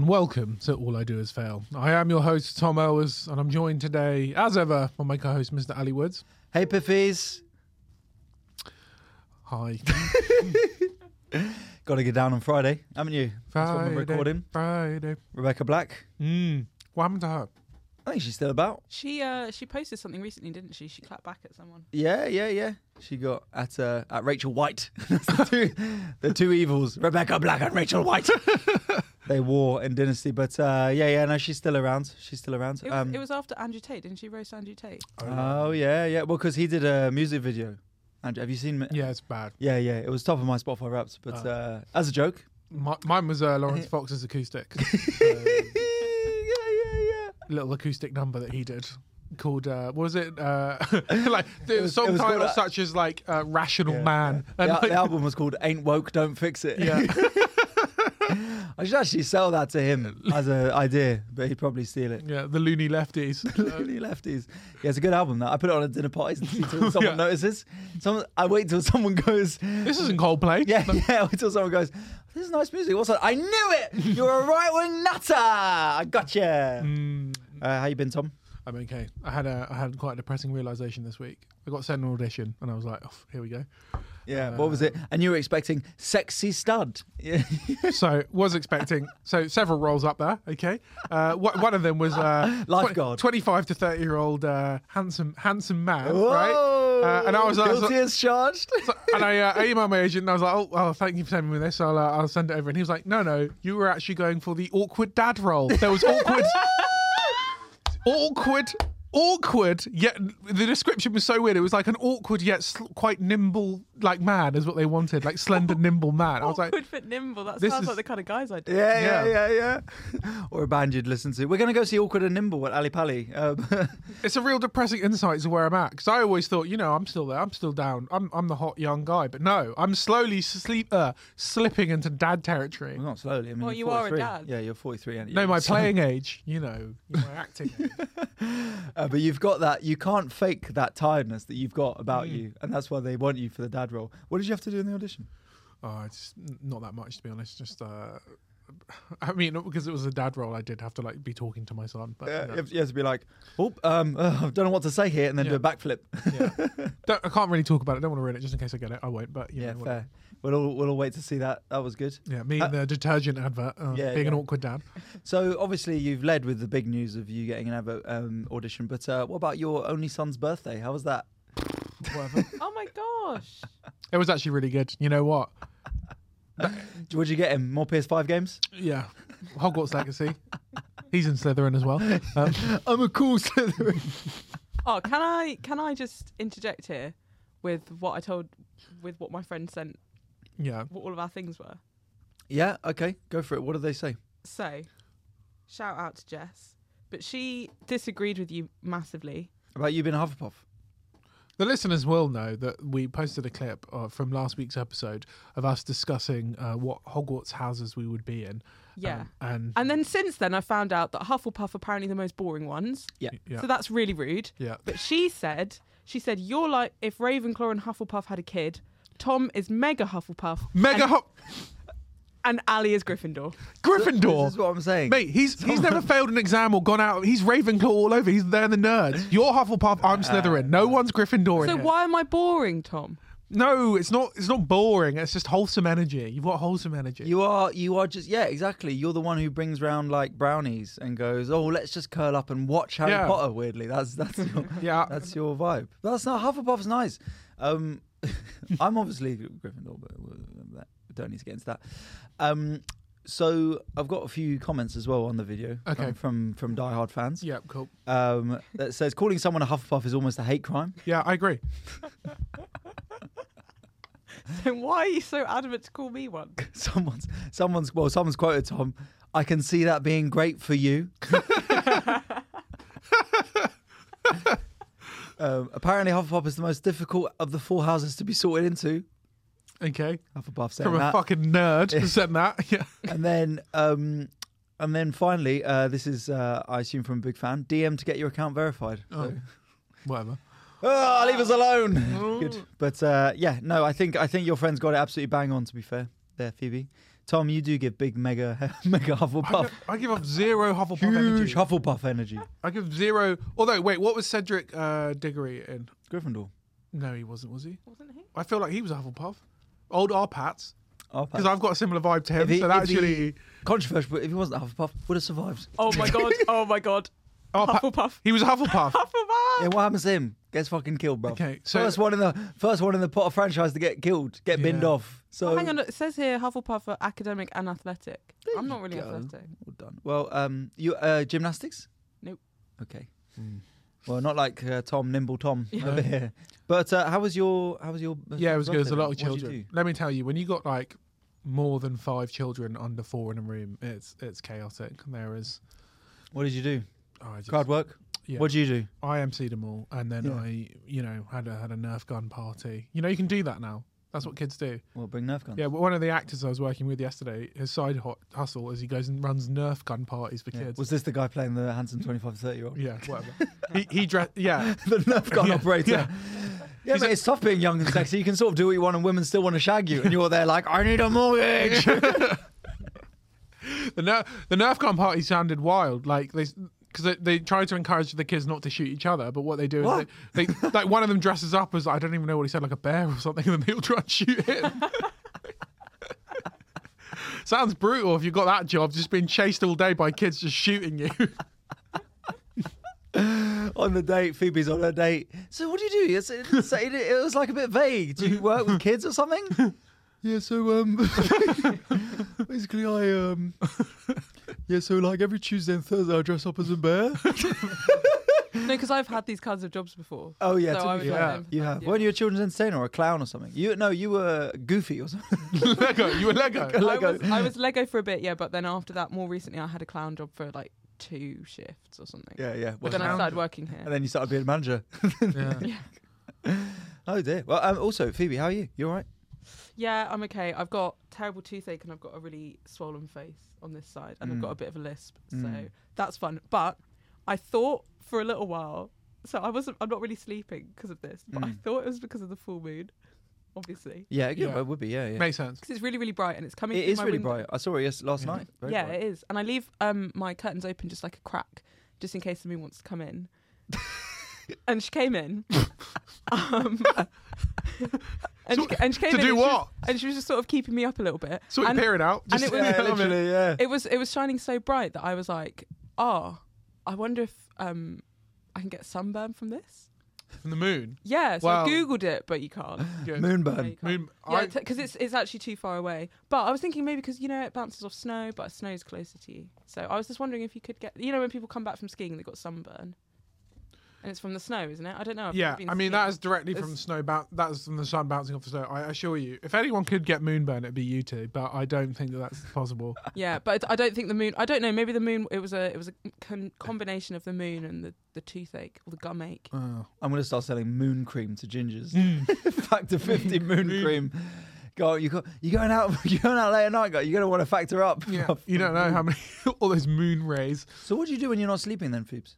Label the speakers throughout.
Speaker 1: Welcome to All I Do Is Fail. I am your host, Tom Elwes, and I'm joined today, as ever, by my co host, Mr. Ali Woods.
Speaker 2: Hey, Piffies.
Speaker 1: Hi.
Speaker 2: Got to get down on Friday, haven't you? That's what
Speaker 1: Friday,
Speaker 2: we're recording.
Speaker 1: Friday.
Speaker 2: Rebecca Black.
Speaker 1: Mm. What happened to her?
Speaker 2: I think she's still about.
Speaker 3: She uh she posted something recently, didn't she? She clapped back at someone.
Speaker 2: Yeah, yeah, yeah. She got at uh, at Rachel White. That's the two, the two evils, Rebecca Black and Rachel White. they war in Dynasty, but uh, yeah, yeah. No, she's still around. She's still around. Um,
Speaker 3: It was,
Speaker 1: Um,
Speaker 3: it was after Andrew Tate, didn't she roast Andrew Tate?
Speaker 2: Oh yeah, yeah. Well, because he did a music video. And have you seen? it?
Speaker 1: Yeah, it's bad.
Speaker 2: yeah, yeah. It was top of my Spotify Wrapped, but uh, as a joke.
Speaker 1: Mi- mine was uh, Lawrence Fox's acoustic,
Speaker 2: yeah, yeah, yeah.
Speaker 1: little acoustic number that he did called, uh, what was it? Uh, like, the
Speaker 2: was-
Speaker 1: song
Speaker 2: it was called,
Speaker 1: title
Speaker 2: uh,
Speaker 1: such as, like, uh, Rational Man.
Speaker 2: The,
Speaker 1: And,
Speaker 2: al-
Speaker 1: like,
Speaker 2: the album was called "Ain't Woke, Don't Fix It."
Speaker 1: yeah.
Speaker 2: I should actually sell that to him as an idea, but he'd probably steal it.
Speaker 1: yeah, the Loony Lefties.
Speaker 2: Looney Lefties. Yeah, it's a good album. That I put it on at dinner parties until someone
Speaker 1: Yeah.
Speaker 2: notices. Someone, I wait till someone goes.
Speaker 1: This isn't Coldplay.
Speaker 2: Yeah, yeah. I Wait till someone goes. This is nice music. What's that? I knew it. You're a right wing nutter. I gotcha.
Speaker 1: Mm.
Speaker 2: Uh, how you been, Tom?
Speaker 1: I'm okay. I had a I had quite a depressing realization this week. I got sent an audition, and I was like, oh, here we go.
Speaker 2: Yeah. what was
Speaker 1: Uh,
Speaker 2: it? And you were expecting sexy stud. Yeah.
Speaker 1: so was expecting so several roles up there. Okay, uh, wh- one of them was uh,
Speaker 2: Lifeguard.
Speaker 1: twenty five to thirty year old uh, handsome handsome man, right?
Speaker 2: Whoa.
Speaker 1: Uh, and I was, I was
Speaker 2: guilty as charged.
Speaker 1: so- and I, uh, I emailed my agent and I was like, oh, oh thank you for sending me this. I'll, uh, I'll send it over. And he was like, no, no, you were actually going for the awkward dad role. There was awkward, awkward, awkward, yet the description was so weird. It was like an awkward yet sl- quite nimble, like man is what they wanted, like slender, nimble man. I was like,
Speaker 3: Awkward but nimble. That
Speaker 1: this
Speaker 3: sounds
Speaker 1: is-
Speaker 3: like the kind of guys I'd.
Speaker 2: Yeah, yeah,
Speaker 1: Yeah.
Speaker 2: yeah, yeah. or a band you'd listen to. We're going to go see Awkward and Nimble at Ali Pali. Um,
Speaker 1: it's a real depressing insight to where I'm at because I always thought, you know, I'm still there, I'm still down, I'm, I'm the hot young guy, but no, I'm slowly sleep uh, slipping into dad territory.
Speaker 2: well, not slowly. I mean,
Speaker 3: Well,
Speaker 2: you're
Speaker 3: you are a
Speaker 2: 43.
Speaker 3: dad.
Speaker 2: Yeah, you're 43. And
Speaker 1: No, my
Speaker 2: so-
Speaker 1: playing age, you know, my acting. age.
Speaker 2: Uh, but you've got that. You can't fake that tiredness that you've got
Speaker 3: Mm.
Speaker 2: about you, and that's why they want you for the dad role. What did you have to do in the audition?
Speaker 1: Oh, it's n- not that much to be honest. Just, uh, I mean, because it was a dad role, I did have to like be talking to my son. But
Speaker 2: Uh,
Speaker 1: you know.
Speaker 2: you, have, you have to be like, "Oh, um, uh, I don't know what to say here," and then
Speaker 1: Yeah.
Speaker 2: do a backflip.
Speaker 1: Don't- I can't really talk about it. don't want to ruin it, just in case I get it. I won't. But you
Speaker 2: yeah,
Speaker 1: know, what-
Speaker 2: fair. We'll all, we'll all wait to see that. That was good.
Speaker 1: yeah, me and the detergent advert, uh,
Speaker 2: yeah,
Speaker 1: being an
Speaker 2: yeah.
Speaker 1: awkward dad.
Speaker 2: So obviously you've led with the big news of you getting an advert, um, audition. But uh, what about your only son's birthday? How was that?
Speaker 1: Whatever.
Speaker 3: Oh my gosh.
Speaker 1: it was actually really good. You know what?
Speaker 2: Would you get him more PS5 games?
Speaker 1: Yeah, Hogwarts Legacy. He's in Slytherin as well. Um,
Speaker 2: I'm a cool Slytherin.
Speaker 3: Oh, can I can I just interject here with what I told with what my friend sent
Speaker 1: yeah,
Speaker 3: what all of our things were.
Speaker 2: Yeah, okay, go for it. What do they say?
Speaker 3: So, shout out to Jess, but she disagreed with you massively.
Speaker 2: About you being a Hufflepuff?
Speaker 1: The listeners will know that we posted a clip uh, from last week's episode of us discussing uh, what Hogwarts houses we would be in.
Speaker 3: Yeah.
Speaker 1: Um, and
Speaker 3: and then since then, I found out that Hufflepuff are apparently the most boring ones.
Speaker 2: Yeah.
Speaker 1: yeah,
Speaker 3: So that's really rude.
Speaker 1: yeah,
Speaker 3: But she said, she said, you're like if Ravenclaw and Hufflepuff had a kid. Tom is mega Hufflepuff.
Speaker 1: mega
Speaker 3: and,
Speaker 1: Ho-
Speaker 3: and Ali is Gryffindor.
Speaker 2: This is
Speaker 1: Gryffindor.
Speaker 2: what I'm saying.
Speaker 1: Mate, he's he's never failed an exam or gone out. He's Ravenclaw all over. He's there the nerds. You're Hufflepuff.
Speaker 2: Uh,
Speaker 1: I'm Slytherin. No one's Gryffindor in
Speaker 3: So
Speaker 1: here.
Speaker 3: why am I boring, Tom?
Speaker 1: No, it's not. It's not boring. It's just wholesome energy. You've got wholesome energy.
Speaker 2: You are, you are just, yeah, exactly. You're the one who brings round like brownies and goes, oh, let's just curl up and watch Harry
Speaker 1: Yeah.
Speaker 2: Potter. Weirdly, that's that's your,
Speaker 1: Yeah.
Speaker 2: that's your vibe. That's not Hufflepuff's nice. Um, I'm obviously Gryffindor, but we we don't need to get into that. Um, so I've got a few comments as well on the video
Speaker 1: Okay.
Speaker 2: from from, from diehard fans.
Speaker 1: yeah, cool.
Speaker 2: um, that says calling someone a Hufflepuff is almost a hate crime.
Speaker 1: Yeah, I agree.
Speaker 3: So why are you so adamant to call me one?
Speaker 2: Someone's, someone's, well, someone's quoted Tom. I can see that being great for you. um, apparently, Hufflepuff is the most difficult of the four houses to be sorted into.
Speaker 1: Okay,
Speaker 2: Hufflepuff saying
Speaker 1: from a
Speaker 2: that.
Speaker 1: fucking nerd who said that. Yeah.
Speaker 2: and then, um, and then finally, uh, this is, uh, I assume, from a big fan. DM to get your account verified.
Speaker 1: Oh.
Speaker 2: So-
Speaker 1: Whatever.
Speaker 2: Ah, leave us alone. Good. But uh, yeah, no, I think I think your friend's got it absolutely bang on. To be fair, there, Phoebe. Tom, you do give big mega mega
Speaker 1: I
Speaker 2: Hufflepuff,
Speaker 1: give, I give up zero Hufflepuff energy.
Speaker 2: huge Hufflepuff energy.
Speaker 1: I give zero. Although, wait, what was Cedric uh, Diggory in?
Speaker 2: Gryffindor.
Speaker 1: No, he wasn't, was he?
Speaker 3: Wasn't he?
Speaker 1: I feel like he was a Hufflepuff. Old Arpats,
Speaker 2: Oh,
Speaker 1: because I've got a similar vibe to him.
Speaker 2: If he-
Speaker 1: so
Speaker 2: if
Speaker 1: that actually,
Speaker 2: he- controversial, but if he wasn't a Hufflepuff, would have survived.
Speaker 3: Oh my god. Oh my god.
Speaker 1: Arpa-
Speaker 3: Hufflepuff.
Speaker 1: he was a Hufflepuff.
Speaker 3: Hufflepuff.
Speaker 2: Yeah, what happens to him? Gets fucking killed, bro.
Speaker 1: Okay, so-
Speaker 2: first one in the first one in the Potter franchise to get killed, get
Speaker 1: Yeah.
Speaker 2: binned off. So
Speaker 3: Oh, hang on, it says here Hufflepuff are academic and athletic. I'm not really
Speaker 2: you go.
Speaker 3: athletic.
Speaker 2: Well done. Well, um, you uh, gymnastics?
Speaker 3: Nope.
Speaker 2: Okay. Well, not like uh, Tom, nimble Tom
Speaker 3: Yeah.
Speaker 2: over here. But uh, how was your? How was your? uh,
Speaker 1: yeah, it was good. There's a lot of
Speaker 2: What did you
Speaker 1: children.
Speaker 2: do?
Speaker 1: Let me tell you, when you got like more than five children under four in a room, it's it's chaotic. There is.
Speaker 2: What did you do?
Speaker 1: oh, I just,
Speaker 2: Card work.
Speaker 1: Yeah.
Speaker 2: What did you do?
Speaker 1: I emceed them all, and then
Speaker 2: Yeah.
Speaker 1: I, you know, had a, had a Nerf gun party. You know, you can do that now. That's what kids do.
Speaker 2: Well, bring Nerf guns.
Speaker 1: Yeah, but one of the actors I was working with yesterday, his side hu- hustle is he goes and runs Nerf gun parties for
Speaker 2: Yeah.
Speaker 1: kids.
Speaker 2: Was this the guy playing the handsome 25 to 30 year old?
Speaker 1: Yeah, whatever. he he dress. Yeah,
Speaker 2: the Nerf gun
Speaker 1: Yeah.
Speaker 2: operator. Yeah,
Speaker 1: Yeah.
Speaker 2: mate, it's tough being young and sexy. You can sort of do what you want, and women still want to shag you, and you're there like, I need a mortgage.
Speaker 1: the Nerf the Nerf gun party sounded wild. Like they. Because they, they try to encourage the kids not to shoot each other, but what they do
Speaker 2: What?
Speaker 1: is they, they like one of them dresses up as I don't even know what he said, like a bear or something, and then they all try and shoot him. Sounds brutal if you got that job, just being chased all day by kids just shooting you.
Speaker 2: on the date, Phoebe's on her date. So what do you do? It's, it's, it, it was like a bit vague. Do you work with kids or something? Yeah. So um, basically, I um, yeah. So like every Tuesday and Thursday, I dress up as a bear.
Speaker 3: No, because I've had these kinds of jobs before.
Speaker 2: Oh yeah,
Speaker 3: So
Speaker 2: to
Speaker 3: I
Speaker 2: be
Speaker 3: would
Speaker 2: fair.
Speaker 1: like
Speaker 3: them for
Speaker 2: you
Speaker 3: that,
Speaker 2: have.
Speaker 3: yeah.
Speaker 2: Weren't you a children's entertainer or a clown or something? You no, you were goofy or something.
Speaker 1: Lego, you were Lego.
Speaker 3: I
Speaker 2: Lego.
Speaker 3: was, I was Lego for a bit, yeah, but then after that, more recently, I had a clown job for like two shifts or something.
Speaker 2: yeah, yeah. well,
Speaker 3: But then I
Speaker 1: clown
Speaker 3: started
Speaker 1: job?
Speaker 3: working
Speaker 2: and
Speaker 3: here.
Speaker 2: then you started being a manager.
Speaker 1: Yeah.
Speaker 2: Oh dear. Well, um, also Phoebe, how are you? You all right?
Speaker 3: Yeah, I'm okay. I've got terrible toothache and I've got a really swollen face on this side and I've
Speaker 2: Mm.
Speaker 3: got a bit of a lisp. So that's fun. But I thought for a little while, so I wasn't, I'm not really sleeping because of this, but
Speaker 2: Mm.
Speaker 3: I thought it was because of the full moon, obviously.
Speaker 2: Yeah, yeah.
Speaker 1: Yeah.
Speaker 2: It would be. Yeah, yeah.
Speaker 1: Makes sense.
Speaker 3: Because it's really, really bright and it's coming
Speaker 2: It
Speaker 3: through
Speaker 2: is
Speaker 3: my
Speaker 2: really
Speaker 3: window.
Speaker 2: bright. I saw it yes, last night. Very
Speaker 3: yeah,
Speaker 2: bright.
Speaker 3: it is. And I leave um my curtains open just like a crack, just in case the moon wants to come in. and she came in. um, and, she, and she came
Speaker 1: to do
Speaker 3: in and she
Speaker 1: what?
Speaker 3: was- and she was just sort of keeping me up a little bit.
Speaker 1: Sort of
Speaker 3: and
Speaker 1: peering out.
Speaker 3: and
Speaker 1: Just,
Speaker 3: it was-
Speaker 1: yeah,
Speaker 2: Yeah,
Speaker 1: I mean,
Speaker 2: literally, yeah.
Speaker 3: it was it was shining so bright that I was like, oh, I wonder if um I can get sunburn from this.
Speaker 1: from the moon.
Speaker 3: Yeah, so
Speaker 1: Wow.
Speaker 3: I googled it, but you can't.
Speaker 1: Yeah.
Speaker 3: Yeah, you
Speaker 2: Moonburn.
Speaker 3: can't.
Speaker 1: Moon.
Speaker 3: Yeah,
Speaker 1: I,
Speaker 3: because it's it's actually too far away. But I was thinking maybe because you know it bounces off snow, but snow's closer to you. So I was just wondering if you could get you know when people come back from skiing they got sunburn, and it's from the snow, isn't it? I don't know. I've
Speaker 1: yeah,
Speaker 3: never been
Speaker 1: I mean
Speaker 3: skiing.
Speaker 1: that is directly from
Speaker 3: It's-
Speaker 1: snow. Ba- that is from the sun bouncing off the snow. I assure you, if anyone could get moonburn, it'd be you two. But I don't think that that's possible.
Speaker 3: yeah, but I don't think the moon. I don't know. Maybe the moon. It was a it was a con- combination of the moon and the the toothache or the gum ache.
Speaker 1: Oh.
Speaker 2: I'm gonna start selling moon cream to gingers. Factor 50 moon cream. God, you got you going out you going out late at night, guy. You're gonna want to factor up.
Speaker 1: Yeah, you don't know how many all those moon rays.
Speaker 2: So what do you do when you're not sleeping then, Phoebes?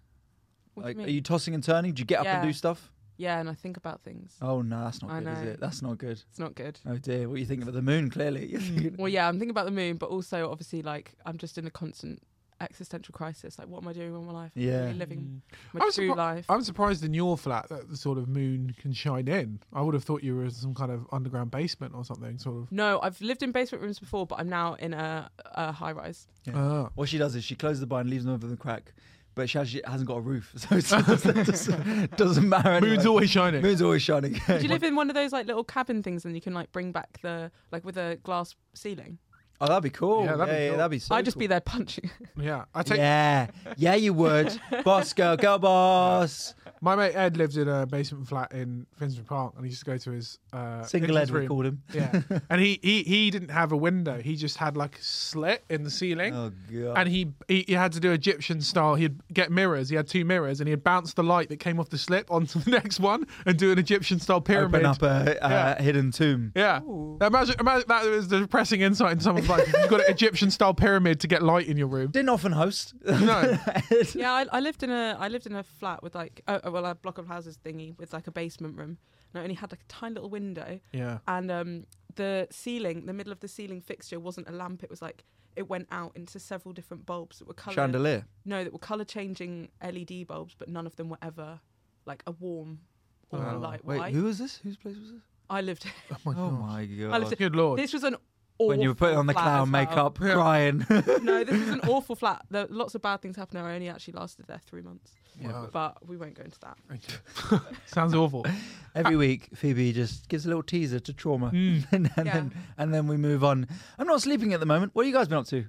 Speaker 3: What
Speaker 2: Like,
Speaker 3: do you
Speaker 2: are
Speaker 3: mean?
Speaker 2: you tossing and turning? Do you get up and
Speaker 3: Yeah.
Speaker 2: do stuff?
Speaker 3: Yeah, and I think about things.
Speaker 2: Oh no, that's not
Speaker 3: I
Speaker 2: good, is
Speaker 3: know.
Speaker 2: it? That's not good.
Speaker 3: It's not good.
Speaker 2: Oh dear, what are you thinking about the moon? Clearly, You're thinking-
Speaker 3: Well, yeah, I'm thinking about the moon, but also obviously like I'm just in a constant existential crisis. Like, what am I doing with my life? Am I
Speaker 2: Yeah.
Speaker 3: really living my
Speaker 1: I was
Speaker 3: true
Speaker 1: surpri-
Speaker 3: life.
Speaker 1: I'm surprised in your flat that the sort of moon can shine in. I would have thought you were in some kind of underground basement or something, sort of.
Speaker 3: No, I've lived in basement rooms before, but I'm now in a, a high rise.
Speaker 2: Yeah.
Speaker 1: Ah.
Speaker 2: What she does is she closes the bar and leaves them over the crack, but she actually hasn't got a roof, so it doesn't, doesn't, doesn't matter. Anyway.
Speaker 1: Moon's always shining.
Speaker 2: moon's always shining.
Speaker 3: Do you live in one of those like little cabin things and you can like bring back the like with a glass ceiling?
Speaker 2: Oh, that'd be cool. Yeah,
Speaker 1: Yeah,
Speaker 2: that'd
Speaker 1: that'd
Speaker 2: be,
Speaker 1: be cool.
Speaker 2: that'd be so
Speaker 3: I'd just
Speaker 2: cool.
Speaker 3: be there punching.
Speaker 1: Yeah, I take
Speaker 2: yeah, yeah, you would. boss, girl, go, boss.
Speaker 1: my mate Ed lives in a basement flat in Finsbury Park, and he used to go to his uh,
Speaker 2: Single
Speaker 1: Ed's
Speaker 2: Ed, we
Speaker 1: room.
Speaker 2: called him.
Speaker 1: Yeah, and he, he he didn't have a window. He just had like a slit in the ceiling,
Speaker 2: Oh god.
Speaker 1: and he, he he had to do Egyptian style. He'd get mirrors. He had two mirrors, and he'd bounce the light that came off the slit onto the next one and do an Egyptian style pyramid.
Speaker 2: Open up a, a
Speaker 1: Yeah.
Speaker 2: hidden tomb.
Speaker 1: Yeah,
Speaker 3: Ooh.
Speaker 1: imagine, imagine that was the depressing insight in someone's life. You've got an Egyptian style pyramid to get light in your room.
Speaker 2: Didn't often host.
Speaker 1: No,
Speaker 3: yeah, I, I lived in a I lived in a flat with like oh, oh, well, a block of houses thingy with like a basement room, and I only had like a tiny little window,
Speaker 1: Yeah.
Speaker 3: and um, the ceiling, the middle of the ceiling fixture wasn't a lamp. It was like it went out into several different bulbs that were coloured.
Speaker 2: Chandelier.
Speaker 3: No, that were colour changing LED bulbs, but none of them were ever like a warm or a
Speaker 1: Wow.
Speaker 3: light
Speaker 2: Wait,
Speaker 3: white.
Speaker 2: who was this? Whose place was this?
Speaker 3: I lived.
Speaker 1: Oh my
Speaker 2: Oh
Speaker 1: god.
Speaker 2: my
Speaker 3: I lived
Speaker 2: god.
Speaker 3: in-
Speaker 1: Good lord.
Speaker 3: this was an awful
Speaker 2: When you were putting on the
Speaker 3: flat
Speaker 2: clown
Speaker 3: as well.
Speaker 2: makeup,
Speaker 1: Yeah.
Speaker 2: crying.
Speaker 3: no, this was an awful flat. There, lots of bad things happened there. I only actually lasted there three months,
Speaker 2: Oh.
Speaker 1: Wow.
Speaker 3: but we won't go into that.
Speaker 1: Sounds awful.
Speaker 2: Every week, Phoebe just gives a little teaser to trauma,
Speaker 1: Mm.
Speaker 2: and, and
Speaker 3: Hmm. Yeah.
Speaker 2: then and then we move on. I'm not sleeping at the moment. What have you guys been up to?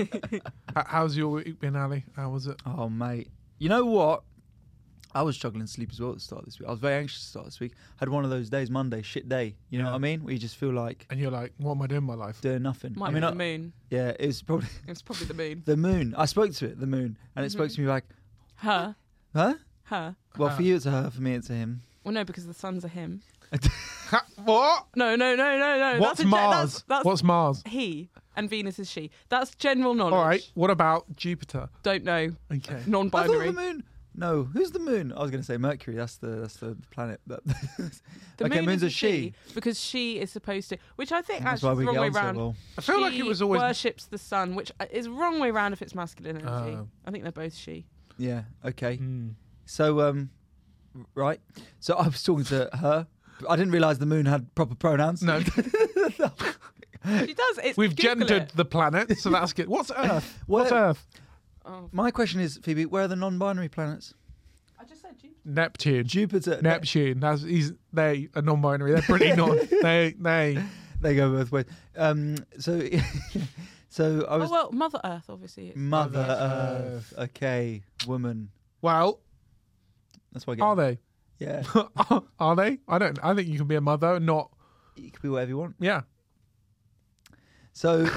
Speaker 1: H- How's your week been, Ali? How was it?
Speaker 2: Oh, mate. You know what? I was struggling to sleep as well at the start of this week. I was very anxious at the start of this week. Had one of those days, Monday, shit day. You know
Speaker 1: Yeah.
Speaker 2: what I mean? Where you just feel like
Speaker 1: And you're like, what am I doing in my life?
Speaker 2: doing nothing.
Speaker 3: Might
Speaker 2: I mean,
Speaker 3: be
Speaker 2: I-
Speaker 3: the moon.
Speaker 2: yeah, it was probably
Speaker 3: It's probably the moon.
Speaker 2: the moon. I spoke to it, the moon, and it
Speaker 3: Mm-hmm.
Speaker 2: spoke to me like,
Speaker 3: Her,
Speaker 2: huh?
Speaker 3: her.
Speaker 2: Well,
Speaker 1: Uh.
Speaker 2: for you it's a her, for me it's a him.
Speaker 3: Well, no, because the sun's a him.
Speaker 1: Ha- what?
Speaker 3: No, no, no, no, no.
Speaker 1: What's
Speaker 3: that's a gen-
Speaker 1: Mars?
Speaker 3: that's, that's
Speaker 1: What's Mars?
Speaker 3: he, and Venus is she. That's general knowledge.
Speaker 1: All right. What about Jupiter?
Speaker 3: Don't know.
Speaker 1: Okay.
Speaker 2: I thought
Speaker 3: Non-binary.
Speaker 2: the moon. No, who's the moon? I was going to say Mercury. That's the that's the planet. That
Speaker 3: The
Speaker 2: okay, moon's a she.
Speaker 3: because she is supposed to. Which I think
Speaker 2: That's why
Speaker 3: actually
Speaker 2: we
Speaker 3: is
Speaker 2: get
Speaker 3: the wrong way
Speaker 2: on so
Speaker 3: round.
Speaker 2: well.
Speaker 1: I feel like
Speaker 3: She
Speaker 1: it was always.
Speaker 3: worships the sun, which is wrong way round if it's masculine energy.
Speaker 1: Oh.
Speaker 3: I think they're both she.
Speaker 2: Yeah. Okay.
Speaker 1: Mm.
Speaker 2: So um, right. So I was talking to her. I didn't realize the moon had proper pronouns.
Speaker 1: No,
Speaker 3: She does. It's
Speaker 1: we've
Speaker 3: Google
Speaker 1: gendered
Speaker 3: It.
Speaker 1: the planet, so that's good. What's Earth? What's
Speaker 2: Where-
Speaker 1: Earth?
Speaker 3: Oh,
Speaker 2: My question is, Phoebe, where are the non-binary planets?
Speaker 3: I just said Jupiter.
Speaker 1: Neptune.
Speaker 2: Jupiter.
Speaker 1: Neptune. That's he's they are non-binary. They're pretty non. They they.
Speaker 2: They go both ways. Um. So, so I was
Speaker 3: Oh well, Mother Earth, obviously. It's
Speaker 2: Mother
Speaker 1: Mother
Speaker 2: Earth. Okay, woman.
Speaker 1: Well,
Speaker 2: That's why. I get
Speaker 1: are they?
Speaker 2: Yeah.
Speaker 1: are they? I don't. I think you can be a mother and not.
Speaker 2: You could be whatever you want.
Speaker 1: Yeah.
Speaker 2: So,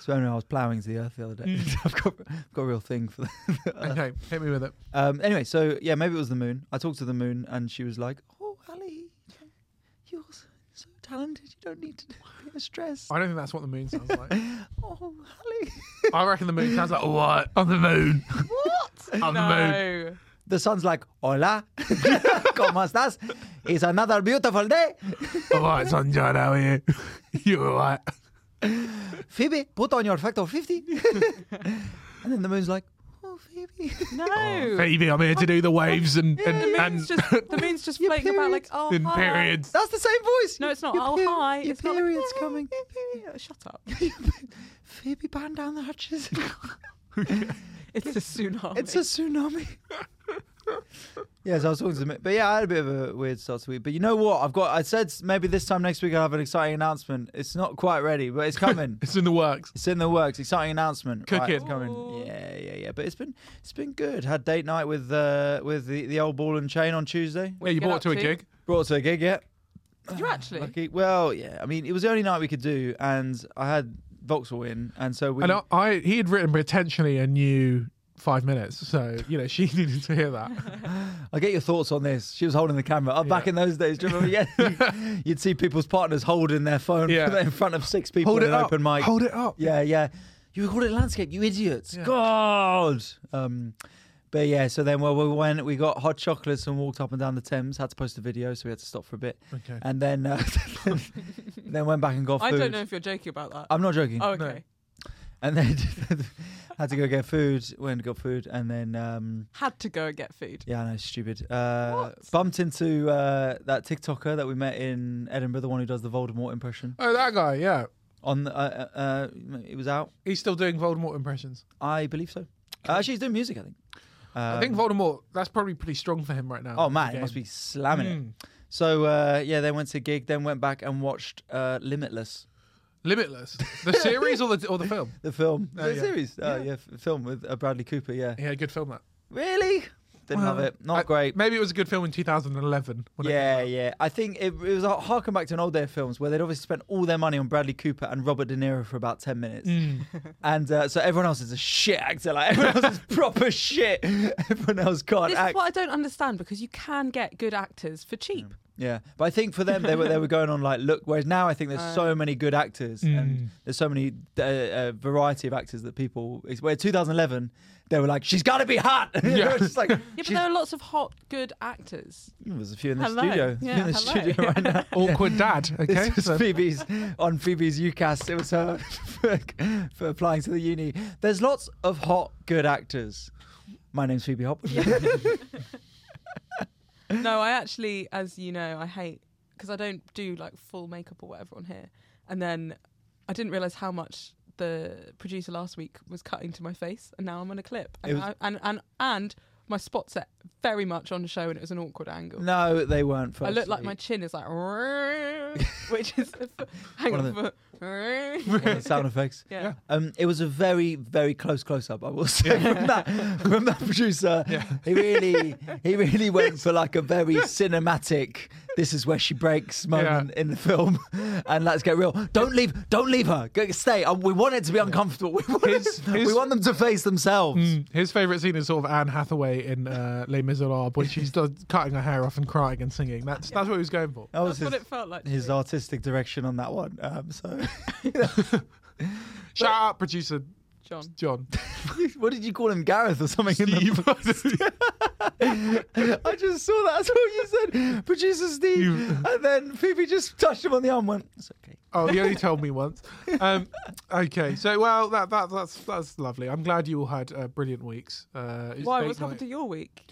Speaker 2: so anyway, I was ploughing to the earth the other day.
Speaker 1: Mm.
Speaker 2: I've got, I've got a real thing for the, the earth.
Speaker 1: Okay. Hit me with it.
Speaker 2: Um, anyway, so yeah, maybe it was the moon. I talked to the moon, and she was like, "Oh, Ali, you're so, so talented. You don't need to be stressed."
Speaker 1: I don't think that's what the moon sounds like.
Speaker 2: Oh, Ali.
Speaker 1: I reckon the moon sounds like what on the moon.
Speaker 3: what?
Speaker 1: On the
Speaker 3: no.
Speaker 2: The sun's like, "Hola, cómo estás? It's another beautiful day."
Speaker 1: All right, Sunshine, how are you? You all right?
Speaker 2: Phoebe, put on your factor fifty. and then the moon's like, "Oh, Phoebe."
Speaker 3: No.
Speaker 1: Phoebe, I'm here to do the waves and
Speaker 3: the
Speaker 1: and,
Speaker 3: moon's
Speaker 1: and
Speaker 3: just the moon's just
Speaker 2: Your
Speaker 3: floating about
Speaker 2: periods.
Speaker 3: like oh
Speaker 1: in
Speaker 3: hi.
Speaker 1: periods.
Speaker 2: That's the same voice.
Speaker 3: No, it's not.
Speaker 2: Your
Speaker 3: oh
Speaker 2: peri-
Speaker 3: hi.
Speaker 2: Your
Speaker 3: it's
Speaker 2: period's
Speaker 3: not
Speaker 2: coming.
Speaker 3: like, "Oh, Shut up.
Speaker 2: Phoebe, burn down the hatches.
Speaker 3: It's a tsunami.
Speaker 2: it's a tsunami. yes, I was talking to them, but yeah, I had a bit of a weird start to the week. But you know what? I've got. I said s- maybe this time next week I will have an exciting announcement. It's not quite ready, but it's coming.
Speaker 1: It's in the works.
Speaker 2: it's in the works. Exciting announcement.
Speaker 1: Cook
Speaker 2: Right,
Speaker 1: it.
Speaker 2: it's coming.
Speaker 3: Ooh.
Speaker 2: Yeah, yeah, yeah. But it's been it's been good. Had date night with uh, with the, the old ball and chain on Tuesday.
Speaker 3: What
Speaker 1: yeah, you
Speaker 3: did
Speaker 1: brought
Speaker 3: get
Speaker 1: to a
Speaker 3: up
Speaker 1: gig.
Speaker 2: Brought to a gig. Yeah.
Speaker 3: Did you actually?
Speaker 2: Lucky. Well, yeah. I mean, it was the only night we could do, and I had Vauxhall in, and so we.
Speaker 1: And I, I he had written potentially a new five minutes, so you know she needed to hear that.
Speaker 2: I get your thoughts on this. She was holding the camera. Oh, Back in those days, do you remember? Yeah, you'd see people's partners holding their phone
Speaker 1: Yeah.
Speaker 2: in front of six people
Speaker 1: Hold
Speaker 2: in
Speaker 1: it
Speaker 2: an
Speaker 1: up.
Speaker 2: open mic.
Speaker 1: Hold it up.
Speaker 2: yeah, yeah. You called it landscape, you idiots.
Speaker 1: Yeah.
Speaker 2: God. Um, but yeah, so then well, we went, we got hot chocolates and walked up and down the Thames. Had to post a video, so we had to stop for a bit,
Speaker 1: Okay.
Speaker 2: and then uh, then went back and got
Speaker 3: I
Speaker 2: food.
Speaker 3: don't know if you're joking about that.
Speaker 2: I'm not joking.
Speaker 3: oh, okay.
Speaker 2: and then had to go get food. Went and got food, and then um,
Speaker 3: Had to go and get food.
Speaker 2: yeah, I know, stupid. Uh,
Speaker 3: What?
Speaker 2: bumped into uh, that TikToker that we met in Edinburgh, the one who does the Voldemort impression.
Speaker 1: Oh, that guy. Yeah,
Speaker 2: On the, uh, uh, uh, it was out,
Speaker 1: he's still doing Voldemort impressions.
Speaker 2: I believe so. Uh, actually, he's doing music, I think.
Speaker 1: I think
Speaker 2: Um,
Speaker 1: Voldemort. That's probably pretty strong for him right now.
Speaker 2: Oh man,
Speaker 1: The
Speaker 2: it must
Speaker 1: game.
Speaker 2: be slamming it.
Speaker 1: Mm.
Speaker 2: So uh, yeah, they went to gig, then went back and watched uh, Limitless,
Speaker 1: Limitless. The series or the or the film?
Speaker 2: the film,
Speaker 1: Oh,
Speaker 2: the
Speaker 1: yeah.
Speaker 2: series, uh,
Speaker 1: Yeah.
Speaker 2: yeah, f- film with uh, Bradley Cooper. Yeah,
Speaker 1: Yeah, good film that.
Speaker 2: really didn't love
Speaker 1: Well,
Speaker 2: it. Not
Speaker 1: I-
Speaker 2: great.
Speaker 1: Maybe it was a good film in 2011. when it came
Speaker 2: Yeah,
Speaker 1: out.
Speaker 2: yeah. I think it, it was a harken back to an old day of films where they'd obviously spent all their money on Bradley Cooper and Robert De Niro for about 10 minutes.
Speaker 1: Hmm. Mm,
Speaker 2: And uh, so everyone else is a shit actor. Like, everyone else is proper shit. Everyone else can't
Speaker 3: This is
Speaker 2: act.
Speaker 3: what I don't understand because you can get good actors for cheap.
Speaker 2: Yeah, but I think for them they were they were going on like look. Whereas now I think there's
Speaker 3: Uh.
Speaker 2: so many good actors
Speaker 3: Hmm.
Speaker 1: Mm.
Speaker 2: and there's so many uh, uh, variety of actors that people. it's- Where 2011 they were like she's got to be hot.
Speaker 1: Yeah.
Speaker 2: Yeah, just like
Speaker 3: Yeah, but
Speaker 2: she's-
Speaker 3: there are lots of hot, good actors.
Speaker 2: there's a few in the
Speaker 3: Hello.
Speaker 2: studio. There's a few
Speaker 3: Yeah,
Speaker 2: in the
Speaker 3: hello.
Speaker 2: studio right now.
Speaker 1: Awkward dad. Okay.
Speaker 2: This
Speaker 1: So-
Speaker 2: was Phoebe's on Phoebe's UCAS. It was her for, for applying to the uni. There's lots of hot, good actors. My name's Phoebe Hop.
Speaker 3: no, I actually, as you know, I hate because I don't do like full makeup or whatever on here. And then I didn't realize how much the producer last week was cutting to my face, and now I'm on a clip,
Speaker 2: It
Speaker 3: and
Speaker 2: was-
Speaker 3: I, and, and and my spots are very much on show, and it was an awkward angle.
Speaker 2: no, they weren't.
Speaker 3: I
Speaker 2: First
Speaker 3: look like my chin is like, which is hang
Speaker 2: One
Speaker 3: on,
Speaker 2: of
Speaker 3: for,
Speaker 2: sound effects.
Speaker 3: yeah.
Speaker 1: Yeah.
Speaker 2: Um, it was a very, very close close-up. I will say from that from that producer, he really, he really went for like a very cinematic. This is where she breaks moment in the film, and let's get real. Don't leave, don't leave her. Go, stay. Um, we want it to be uncomfortable. We want,
Speaker 1: His-
Speaker 2: it-
Speaker 1: his-
Speaker 2: we want them to face themselves.
Speaker 1: Mm, His favourite scene is sort of Anne Hathaway in uh, Les Miserables when she's does, cutting her hair off and crying and singing. That's that's what he was going for.
Speaker 2: That was
Speaker 3: That's what
Speaker 2: his,
Speaker 3: it felt like. to
Speaker 2: his
Speaker 3: me.
Speaker 2: artistic direction on that one. Um, so,
Speaker 1: Shout out producer
Speaker 3: John.
Speaker 1: John.
Speaker 2: what did you call him, Gareth or something? in the-
Speaker 1: Steve.
Speaker 2: I just saw that. That's what you said, producer Steve. And then Phoebe just touched him on the arm. and Went, "It's okay."
Speaker 1: oh, he only told me once. Um, okay, so well, that, that that's that's lovely. I'm glad you all had uh, brilliant weeks. Uh, it's
Speaker 3: Why?
Speaker 1: date
Speaker 3: What's happened
Speaker 1: night.
Speaker 3: to your week?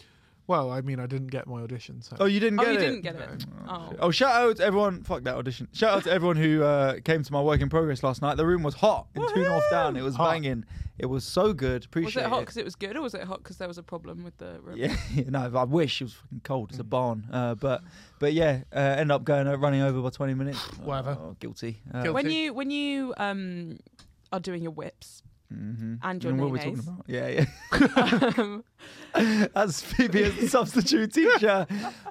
Speaker 1: Well, I mean, I didn't get my audition, so
Speaker 2: Oh, you didn't
Speaker 3: Oh,
Speaker 2: get
Speaker 3: you
Speaker 2: it.
Speaker 3: didn't get it. Oh,
Speaker 2: Oh, shout out to everyone. Fuck that audition. Shout out to everyone who uh, came to my work in progress last night. The room was hot in two north down. It was
Speaker 1: Hot.
Speaker 2: banging. It was so good.
Speaker 3: Was
Speaker 2: Appreciate
Speaker 3: it hot because it was good, or was it hot because there was a problem with the room?
Speaker 2: Yeah, no, I wish it was fucking cold. It's a barn. Uh, but but yeah, uh, end up going uh, running over by 20 minutes.
Speaker 1: Whatever.
Speaker 2: Oh, guilty. Uh,
Speaker 1: Guilty.
Speaker 3: When you when you um are doing your whips
Speaker 2: mhm.
Speaker 3: and your
Speaker 2: And what
Speaker 3: mm
Speaker 2: we're talking about? Yeah,
Speaker 3: um,
Speaker 2: yeah. As Phoebe is the substitute teacher,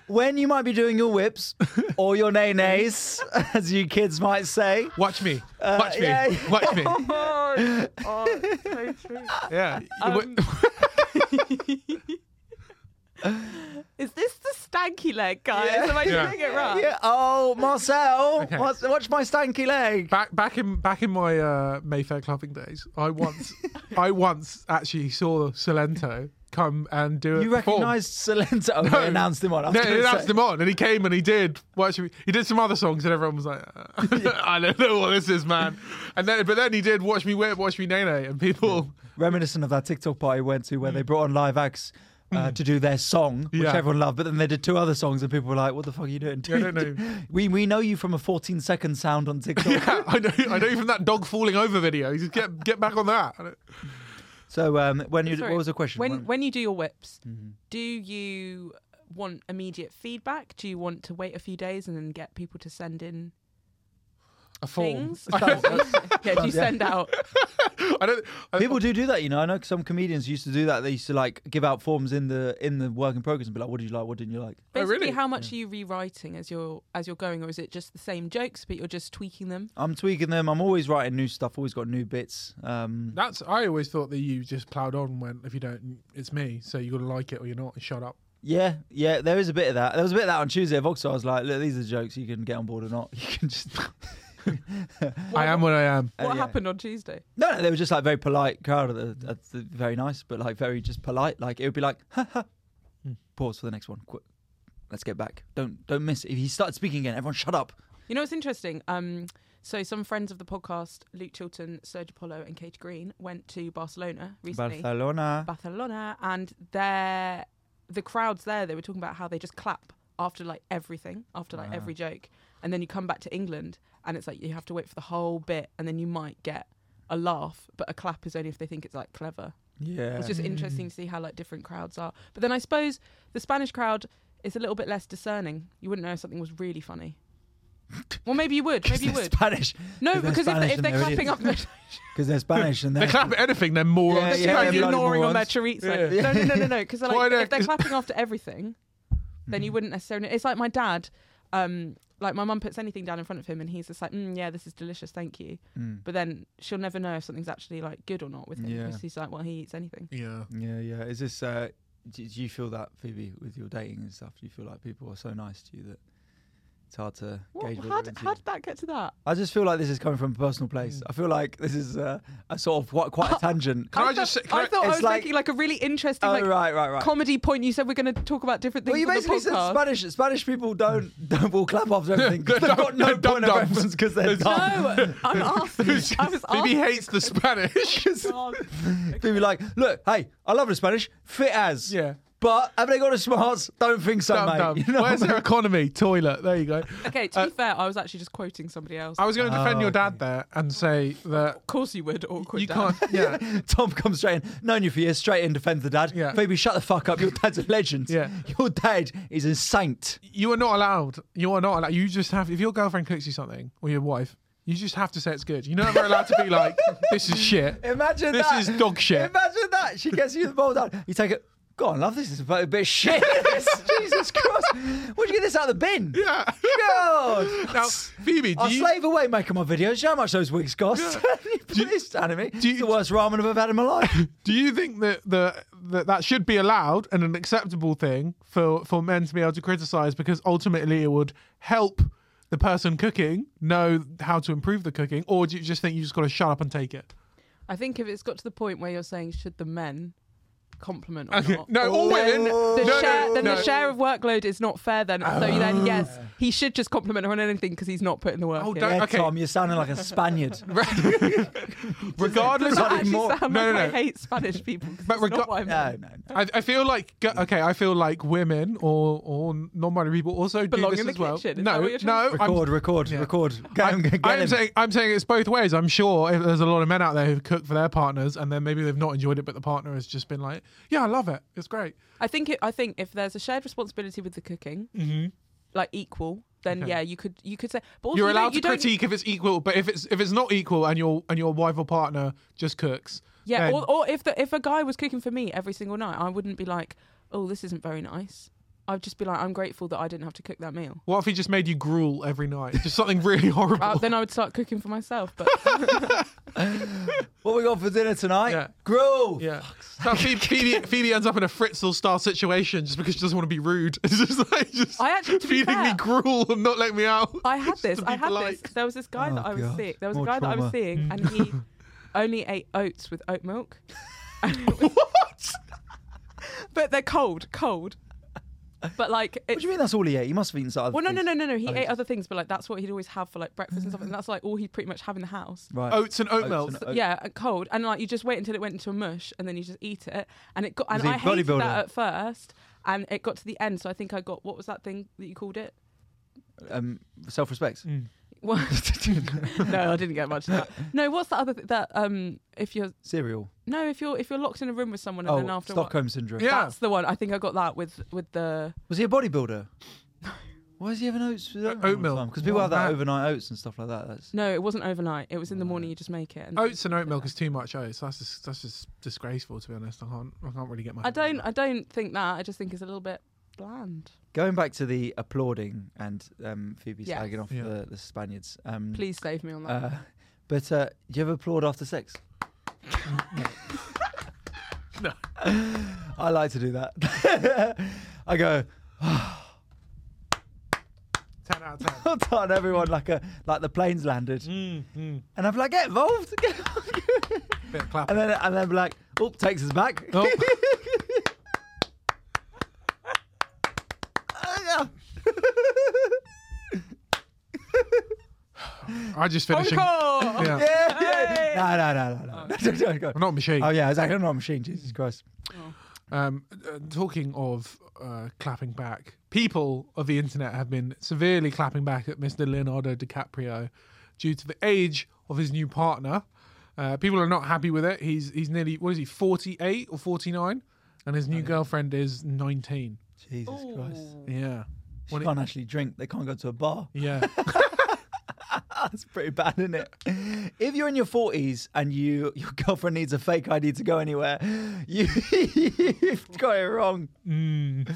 Speaker 2: when you might be doing your whips or your nay nays, as you kids might say.
Speaker 1: watch me,
Speaker 2: Uh,
Speaker 1: watch me,
Speaker 2: yeah, yeah.
Speaker 1: watch me.
Speaker 3: oh, oh, so true.
Speaker 1: Yeah,
Speaker 3: Um, Is this the stanky leg, guys?
Speaker 2: Yeah.
Speaker 3: Am I
Speaker 1: Yeah.
Speaker 3: doing it right?
Speaker 2: Yeah. Oh, Marcel,
Speaker 1: Okay.
Speaker 2: watch, watch my stanky leg.
Speaker 1: Back back in back in my uh, Mayfair clubbing days, I once I once actually saw Salento come and do it.
Speaker 2: You recognised Salento? Oh,
Speaker 1: No.
Speaker 2: They announced him on. I was
Speaker 1: No,
Speaker 2: gonna
Speaker 1: they announced
Speaker 2: say.
Speaker 1: him on, and he came and he did. What should we, he did some other songs, and everyone was like, "I don't know what this is, man." And then, but then he did "Watch Me Whip," "Watch Me Nene," and people,
Speaker 2: Reminiscent of that TikTok party we went to where they brought on live acts. Uh, to do their song, which
Speaker 1: Mm. Yeah.
Speaker 2: everyone loved, but then they did two other songs, and people were like, "What the fuck are you doing?"
Speaker 1: Yeah, I don't know.
Speaker 2: We we know you from a 14 second sound on TikTok.
Speaker 1: yeah, I know, I know you from that dog falling over video. Just get get back on that. I don't-
Speaker 2: So um, when you
Speaker 3: Sorry.
Speaker 2: what was the question? Mm-hmm.
Speaker 3: When when you do your whips, do you want immediate feedback? Do you want to wait a few days and then get people to send in
Speaker 1: A form.
Speaker 3: things? yeah, do you
Speaker 2: Yeah. Oh,
Speaker 3: send out?
Speaker 1: I don't. I,
Speaker 2: People do do that, you know. I know some comedians used to do that. They used to like give out forms in the in the work in progress and be like, "What did you like? What didn't you like?"
Speaker 1: Oh,
Speaker 3: Basically,
Speaker 1: really?
Speaker 3: how much are you rewriting as you're as you're going, or is it just the same jokes but you're just tweaking them?
Speaker 2: I'm tweaking them. I'm always writing new stuff. Always got new bits. Um,
Speaker 1: that's. I always thought that you just plowed on. and Went if you don't, it's me. So you gotta like it or you're not. And shut up.
Speaker 2: yeah, yeah. There is a bit of that. There was a bit of that on Tuesday at Vauxhall. I was like, "Look, these are jokes. You can get on board or not. You can just."
Speaker 1: I am what I am.
Speaker 2: Oh,
Speaker 3: What
Speaker 2: yeah.
Speaker 3: happened on Tuesday?
Speaker 2: No, no, they were just like very polite crowd. At the, at the, very nice, but like very just polite. Like it would be like, ha, ha. pause for the next one. Quick, let's get back. Don't don't miss. If he started speaking again, everyone shut up.
Speaker 3: You know, it's interesting. Um, so some friends of the podcast, Luke Chilton, Serge Apollo, and Kate Green, went to Barcelona recently.
Speaker 2: Barcelona.
Speaker 3: Barcelona, and their the crowds there, they were talking about how they just clap after like everything, after like
Speaker 2: Wow.
Speaker 3: every joke, and then you come back to England, and it's like you have to wait for the whole bit, and then you might get a laugh, but a clap is only if they think it's like clever.
Speaker 2: Yeah.
Speaker 3: It's just interesting to see how like different crowds are. But then I suppose the Spanish crowd is a little bit less discerning. You wouldn't know if something was really funny. Well, maybe you would. Maybe you
Speaker 2: They're
Speaker 3: would.
Speaker 2: Spanish.
Speaker 3: No,
Speaker 2: They're
Speaker 3: because if,
Speaker 2: Spanish
Speaker 3: they, if
Speaker 2: and
Speaker 3: they're
Speaker 2: they're
Speaker 3: clapping
Speaker 2: idiots.
Speaker 3: up, they're
Speaker 2: Because they're Spanish and
Speaker 1: They
Speaker 2: they're
Speaker 1: clap at anything. They're morons.
Speaker 2: Yeah,
Speaker 3: like
Speaker 2: they're bloody
Speaker 3: ignoring on their
Speaker 2: morons.
Speaker 3: treats. Like,
Speaker 1: Yeah.
Speaker 3: No, no, no, no, no. Because
Speaker 1: Why
Speaker 3: like,
Speaker 1: not?
Speaker 3: if they're clapping after everything,
Speaker 2: Mm.
Speaker 3: then you wouldn't necessarily. It's like my dad. Um, like my mum puts anything down in front of him, and he's just like, mm, "Yeah, this is delicious, thank you."
Speaker 2: Mm.
Speaker 3: But then she'll never know if something's actually like good or not with him
Speaker 2: Yeah.
Speaker 3: because he's like, "Well, he eats anything."
Speaker 1: Yeah.
Speaker 2: Yeah, yeah. Is this? Uh, do, do you feel that Phoebe with your dating and stuff? Do you feel like people are so nice to you that It's hard to
Speaker 3: What,
Speaker 2: gauge. whether
Speaker 3: how,
Speaker 2: we're
Speaker 3: did,
Speaker 2: into-
Speaker 3: how did that get to that?
Speaker 2: I just feel like this is coming from a personal place. I feel like this is uh, a sort of quite, quite a tangent.
Speaker 1: Can I
Speaker 3: thought-
Speaker 1: just say- can
Speaker 3: I
Speaker 1: I-
Speaker 3: thought I
Speaker 2: It's
Speaker 3: was
Speaker 2: like-
Speaker 3: making like a really interesting
Speaker 2: Oh
Speaker 3: like
Speaker 2: right, right, right.
Speaker 3: comedy point. You said we're going to talk about different things.
Speaker 2: well, you
Speaker 3: on the
Speaker 2: basically said
Speaker 3: podcast.
Speaker 2: Spanish. Spanish people don't don't all clap after everything. 'cause
Speaker 1: They're
Speaker 2: they've got
Speaker 1: dumb-
Speaker 2: no
Speaker 1: they're dumb
Speaker 2: point of
Speaker 1: dumbs.
Speaker 2: reference because they're dumb.
Speaker 3: No, I'm asking. I was
Speaker 1: Phoebe
Speaker 3: asking.
Speaker 1: hates the Spanish.
Speaker 3: God.
Speaker 2: They'd be like, look, hey, I love the Spanish, fit as.
Speaker 1: Yeah.
Speaker 2: But have they got a smarts? Don't think so,
Speaker 1: Dumb,
Speaker 2: mate.
Speaker 1: dumb.
Speaker 2: You know
Speaker 1: Where's
Speaker 2: what I
Speaker 1: their economy? Toilet. There you go.
Speaker 3: Okay,
Speaker 1: Uh,
Speaker 3: to be fair, I was actually just quoting somebody else.
Speaker 1: I was going to defend
Speaker 2: Oh,
Speaker 1: your
Speaker 2: okay.
Speaker 1: dad there and say that
Speaker 3: of course you would, awkward
Speaker 1: you
Speaker 3: dad.
Speaker 1: can't. Yeah.
Speaker 2: mean? Tom comes straight in, known you for years, straight in, defends the dad.
Speaker 1: Yeah.
Speaker 2: Phoebe, shut the fuck up. Your dad's a legend.
Speaker 1: Yeah.
Speaker 2: Your dad is a saint.
Speaker 1: you are not allowed. You are not allowed. You just have. If your girlfriend cooks you something or your wife, you just have to say it's good. You're never allowed to be like, "This is shit."
Speaker 2: Imagine
Speaker 1: This
Speaker 2: that.
Speaker 1: is dog shit.
Speaker 2: Imagine that. She gets you the bowl down. You take it. Go on, love. This is a bit of shit. Jesus Christ. Where'd you get this out of the bin?
Speaker 1: Yeah.
Speaker 2: God.
Speaker 1: now, Phoebe, do
Speaker 2: I
Speaker 1: you,
Speaker 2: slave away making my videos. You know how much those wigs cost? you put
Speaker 1: you-
Speaker 2: this down at me.
Speaker 1: do you-
Speaker 2: it's the worst ramen I've ever had in my life.
Speaker 1: do you think that the that that should be allowed and an acceptable thing for for men to be able to criticize because ultimately it would help the person cooking know how to improve the cooking, or do you just think you just got to shut up and take it?
Speaker 3: I think if it's got to the point where you're saying should the men compliment or not.
Speaker 1: No, all women.
Speaker 3: The
Speaker 1: no,
Speaker 3: share,
Speaker 1: no,
Speaker 3: then
Speaker 1: no.
Speaker 3: the share of workload is not fair. Then, so then, yes, he should just compliment her on anything because he's not putting the work.
Speaker 1: Oh,
Speaker 3: in.
Speaker 1: don't-
Speaker 2: Yeah,
Speaker 1: Okay.
Speaker 2: Tom, you're sounding like a Spaniard.
Speaker 1: regardless,
Speaker 3: Does that actually
Speaker 2: more-
Speaker 3: sound
Speaker 1: No, no,
Speaker 3: like I
Speaker 1: no.
Speaker 3: hate Spanish people. 'Cause
Speaker 1: But
Speaker 3: it's not
Speaker 1: rega-
Speaker 3: what I
Speaker 2: no, no,
Speaker 3: meant.
Speaker 2: no.
Speaker 1: I, I feel like go- okay. I feel like women or or non-binary people also do
Speaker 3: Belong
Speaker 1: this
Speaker 3: in the
Speaker 1: as well.
Speaker 3: kitchen, is that
Speaker 1: No,
Speaker 3: what you're
Speaker 1: no.
Speaker 3: trying
Speaker 1: I'm,
Speaker 2: Record, record, record. Get him, get
Speaker 1: I'm
Speaker 2: him.
Speaker 1: saying I'm saying it's both ways. I'm sure if there's a lot of men out there who cook for their partners and then maybe they've not enjoyed it, but the partner has just been like, "Yeah, I love it. It's great."
Speaker 3: I think it, I think if there's a shared responsibility with the cooking, like equal, then
Speaker 1: Okay.
Speaker 3: yeah, you could you could say. But also,
Speaker 1: You're
Speaker 3: you don't-
Speaker 1: allowed
Speaker 3: you
Speaker 1: to
Speaker 3: don't-
Speaker 1: critique if it's equal, but if it's if it's not equal and your and your wife or partner just cooks,
Speaker 3: Yeah,
Speaker 1: then-
Speaker 3: or, or if the, if a guy was cooking for me every single night, I wouldn't be like, oh, this isn't very nice. I'd just be like, I'm grateful that I didn't have to cook that meal.
Speaker 1: what if he just made you gruel every night? Just something really horrible.
Speaker 3: Uh, then I would start cooking for myself. But
Speaker 2: What we got for dinner tonight?
Speaker 1: Yeah.
Speaker 2: Gruel.
Speaker 1: Yeah. So Phoebe, Phoebe, Phoebe ends up in a Fritzel style situation just because she doesn't want to be rude. It's just like just
Speaker 3: I actually- to be
Speaker 1: feeding me
Speaker 3: fair-
Speaker 1: gruel and not letting me out.
Speaker 3: I had
Speaker 1: Just
Speaker 3: this.
Speaker 1: to be
Speaker 3: I had
Speaker 1: polite.
Speaker 3: this. There was this guy
Speaker 2: Oh,
Speaker 3: that I was
Speaker 2: God.
Speaker 3: seeing. There was
Speaker 2: More
Speaker 3: a guy that I
Speaker 2: trauma.
Speaker 3: was seeing, and he only ate oats with oat milk.
Speaker 1: What?
Speaker 3: But they're cold, cold. But like,
Speaker 2: What
Speaker 3: it's,
Speaker 2: do you mean that's all he ate? He must have eaten something.
Speaker 3: well, no, no, no, no, no. He ate other things, but like that's what he'd always have for like breakfast and stuff. And that's like all he'd pretty much have in the house.
Speaker 2: Right.
Speaker 1: Oats and oat milk.
Speaker 2: and
Speaker 3: So-
Speaker 2: oat-
Speaker 3: yeah, and cold, and like you just wait until it went into a mush, and then you just eat it. And it got, and
Speaker 2: he
Speaker 3: I hated
Speaker 2: bodybuilder?
Speaker 3: that at first, and it got to the end. So I think I got what was that thing that you called it?
Speaker 2: Um, self-respect.
Speaker 3: What? no, I didn't get much of that. No, what's that other thing that um if you're
Speaker 2: Cereal.
Speaker 3: no if you're if you're locked in a room with someone and then
Speaker 2: Oh,
Speaker 3: after a while-
Speaker 2: Stockholm syndrome.
Speaker 1: Yeah.
Speaker 3: that's the one. I think I got that with with the
Speaker 2: Was he a bodybuilder? Why is he having oats
Speaker 3: Uh,
Speaker 2: with
Speaker 1: oat milk.
Speaker 2: Because people
Speaker 1: What
Speaker 2: have that
Speaker 1: about-
Speaker 2: overnight oats and stuff like that. That's
Speaker 3: no, it wasn't overnight. It was in the morning. You just make it. And
Speaker 1: Oats and oat milk is too much oats. That's just, that's just disgraceful to be honest. I can't I can't really get my
Speaker 3: I
Speaker 1: head around
Speaker 3: don't I don't think that. I just think it's a little bit bland.
Speaker 2: going back to the applauding and um, Phoebe
Speaker 3: Yes.
Speaker 2: slagging off
Speaker 1: Yeah.
Speaker 2: the, the Spaniards. Um,
Speaker 3: Please save me on that.
Speaker 2: Uh, but uh, do you ever applaud after sex?
Speaker 1: No.
Speaker 2: I like to do that. I go,
Speaker 1: that. Ten out of ten.
Speaker 2: well done, everyone, like a like the plane's landed.
Speaker 1: mm, mm.
Speaker 2: And I'm like, get involved.
Speaker 1: Bit of clap.
Speaker 2: and then and then be like, oh, takes us back.
Speaker 1: Oh. I just finishing.
Speaker 3: Encore!
Speaker 1: Yeah.
Speaker 2: yeah, yeah. No, no, no, no, no. Don't go.
Speaker 1: I'm not a machine.
Speaker 2: Oh yeah, exactly. I'm not a machine. Jesus Christ.
Speaker 1: Um, uh, talking of uh, clapping back, people of the internet have been severely clapping back at Mr. Leonardo DiCaprio due to the age of his new partner. Uh, people are not happy with it. He's he's nearly what is he, forty eight or forty nine, and his new girlfriend is nineteen.
Speaker 2: Jesus Christ.
Speaker 1: Yeah,
Speaker 2: She can't actually drink. They can't go to a bar.
Speaker 1: yeah.
Speaker 2: That's pretty bad, isn't it? If you're in your forties and you your girlfriend needs a fake ID to go anywhere, you, you've got it wrong.
Speaker 1: mm.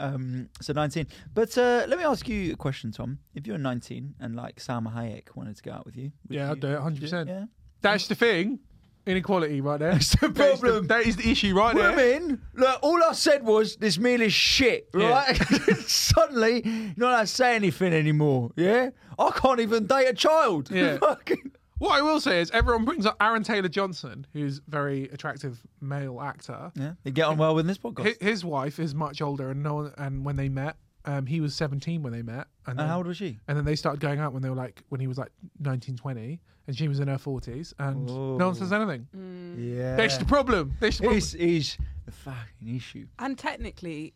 Speaker 2: Um, so 19. But uh, let me ask you a question, Tom. If you're 19 and like Salma Hayek wanted to go out with you, would
Speaker 1: Yeah, I'd
Speaker 2: you-
Speaker 1: do it
Speaker 2: would you
Speaker 1: 100%.
Speaker 2: Yeah.
Speaker 1: That's the thing. Inequality right there.
Speaker 2: That's the
Speaker 1: That is the-
Speaker 2: problem.
Speaker 1: That is the issue right there.
Speaker 2: Women, look, all I said was this meal is shit,
Speaker 1: Yeah.
Speaker 2: right? Suddenly, you're not allowed to say anything anymore, yeah? I can't even date a child.
Speaker 1: Yeah.
Speaker 2: Fucking-
Speaker 1: What I will say is everyone brings up Aaron Taylor Johnson, who's very attractive male actor.
Speaker 2: yeah. They get on well with this podcast.
Speaker 1: His, his wife is much older, and no one, and when they met, um, he was 17 when they met, and,
Speaker 2: and
Speaker 1: then,
Speaker 2: how old was she?
Speaker 1: and then they started going out when they were like when he was like 19, 20, and she was in her 40s, and no one says anything.
Speaker 3: Mm.
Speaker 2: Yeah.
Speaker 1: That's the problem. That's the problem.
Speaker 2: This is the fucking issue.
Speaker 3: And technically,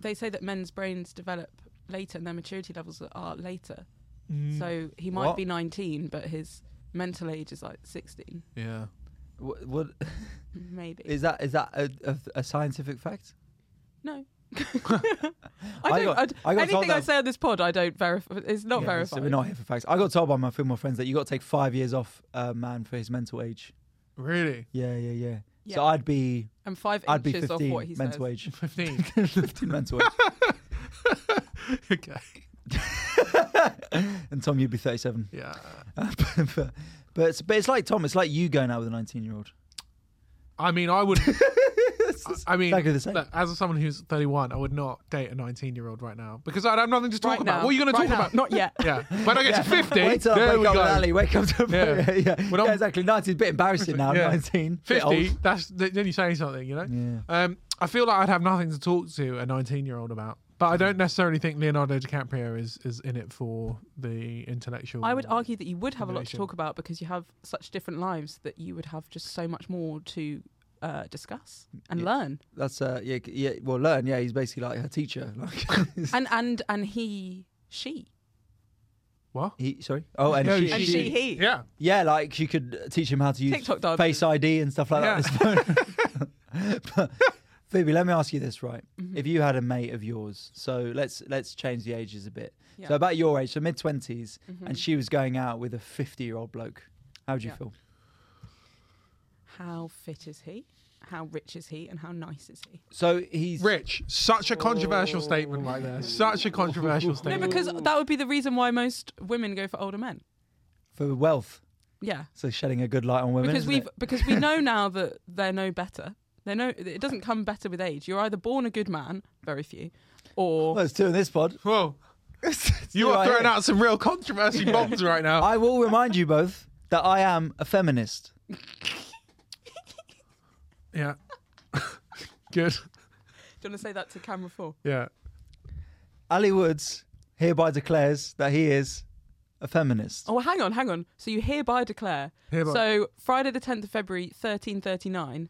Speaker 3: they say that men's brains develop later and their maturity levels are later. So he might
Speaker 2: Mm. What?
Speaker 3: be 19, but his mental age is like 16,
Speaker 1: Yeah.
Speaker 2: What, what
Speaker 3: maybe.
Speaker 2: is that? Is that a, a, a scientific fact?
Speaker 3: no.
Speaker 2: I
Speaker 3: I don't.
Speaker 2: got-
Speaker 3: I d-
Speaker 2: I got told
Speaker 3: anything I
Speaker 2: that-
Speaker 3: say on this pod, I don't verify. It's not
Speaker 2: Yeah,
Speaker 3: verified.
Speaker 2: So we're not here for facts. I got told by my film, my friends, that you got to take five years off a man for his mental age.
Speaker 1: Really?
Speaker 2: Yeah, yeah, yeah.
Speaker 3: Yeah.
Speaker 2: So I'd be,
Speaker 3: and five
Speaker 2: I'd be
Speaker 3: inches off
Speaker 2: 15
Speaker 3: what he
Speaker 2: mental
Speaker 3: says.
Speaker 2: age.
Speaker 1: 15.
Speaker 2: 15 mental age.
Speaker 1: okay.
Speaker 2: And Tom, you'd be 37.
Speaker 1: Yeah.
Speaker 2: but, but, it's, but it's like Tom, it's like you going out with a 19 year old.
Speaker 1: I mean, I would. I- I mean,
Speaker 2: exactly the same.
Speaker 1: look, as someone who's 31, I would not date a 19-year-old right now because I'd have nothing to talk
Speaker 3: Right
Speaker 1: about.
Speaker 3: now.
Speaker 1: What are you going
Speaker 3: Right
Speaker 1: to talk
Speaker 3: now.
Speaker 1: about?
Speaker 3: Not yet.
Speaker 1: Yeah. When I get to 50,
Speaker 2: Wait till
Speaker 1: there
Speaker 2: I
Speaker 1: we
Speaker 2: wake up
Speaker 1: go.
Speaker 2: with Ali, wake up to
Speaker 1: Yeah.
Speaker 2: yeah, yeah.
Speaker 1: When I'm-
Speaker 2: yeah exactly. 19's a bit embarrassing now,
Speaker 1: Yeah.
Speaker 2: 19. bit
Speaker 1: 50,
Speaker 2: old.
Speaker 1: that's then you say something, you know?
Speaker 2: Yeah.
Speaker 1: Um, I feel like I'd have nothing to talk to a 19-year-old about. But I don't necessarily think Leonardo DiCaprio is, is in it for the intellectual.
Speaker 3: I would argue that you would have a lot to
Speaker 1: Combination.
Speaker 3: talk about because you have such different lives that you would have just so much more to uh, discuss and
Speaker 2: Yeah.
Speaker 3: learn.
Speaker 2: That's, uh, yeah, c- yeah, well, learn. Yeah, he's basically like her teacher. Like,
Speaker 3: And and and he, she,
Speaker 1: What?
Speaker 2: he, sorry. Oh, and,
Speaker 1: No,
Speaker 2: she,
Speaker 3: and
Speaker 1: she-
Speaker 3: she, he.
Speaker 1: Yeah.
Speaker 2: Yeah, like she could teach him how to use
Speaker 3: TikTok dances.
Speaker 2: Face ID and stuff like that. but, Phoebe, let me ask you this, right?
Speaker 3: Mm-hmm.
Speaker 2: If you had a mate of yours, so let's let's change the ages a bit. So
Speaker 3: Yeah. Mm-hmm.
Speaker 2: about your age, so mid 20s and she was going out with a fifty year old bloke. How would you
Speaker 3: Yeah.
Speaker 2: feel?
Speaker 3: How fit is he? How rich is he? And how nice is he?
Speaker 2: So he's
Speaker 1: Rich. Such a controversial statement right there. Such a controversial
Speaker 3: No,
Speaker 1: statement.
Speaker 3: because that would be the reason why most women go for older men.
Speaker 2: for wealth,
Speaker 3: Yeah,
Speaker 2: so shedding a good light on women.
Speaker 3: because
Speaker 2: isn't
Speaker 3: we've
Speaker 2: it?
Speaker 3: because we know now that they're no better. They know it doesn't come better with age. You're either born a good man, very few, or
Speaker 2: well, it's two in this pod.
Speaker 1: Whoa. You
Speaker 2: two
Speaker 1: are
Speaker 2: right
Speaker 1: throwing
Speaker 2: here.
Speaker 1: out some real controversy bombs right now.
Speaker 2: I will remind you both that I am a feminist.
Speaker 1: Yeah. Good.
Speaker 3: do you want to say that to camera four?
Speaker 1: Yeah.
Speaker 2: Ali Woods hereby declares that he is a feminist.
Speaker 3: Oh, hang on, hang on. So you hereby declare.
Speaker 1: Hereby.
Speaker 3: So Friday the 10th of February, 1339.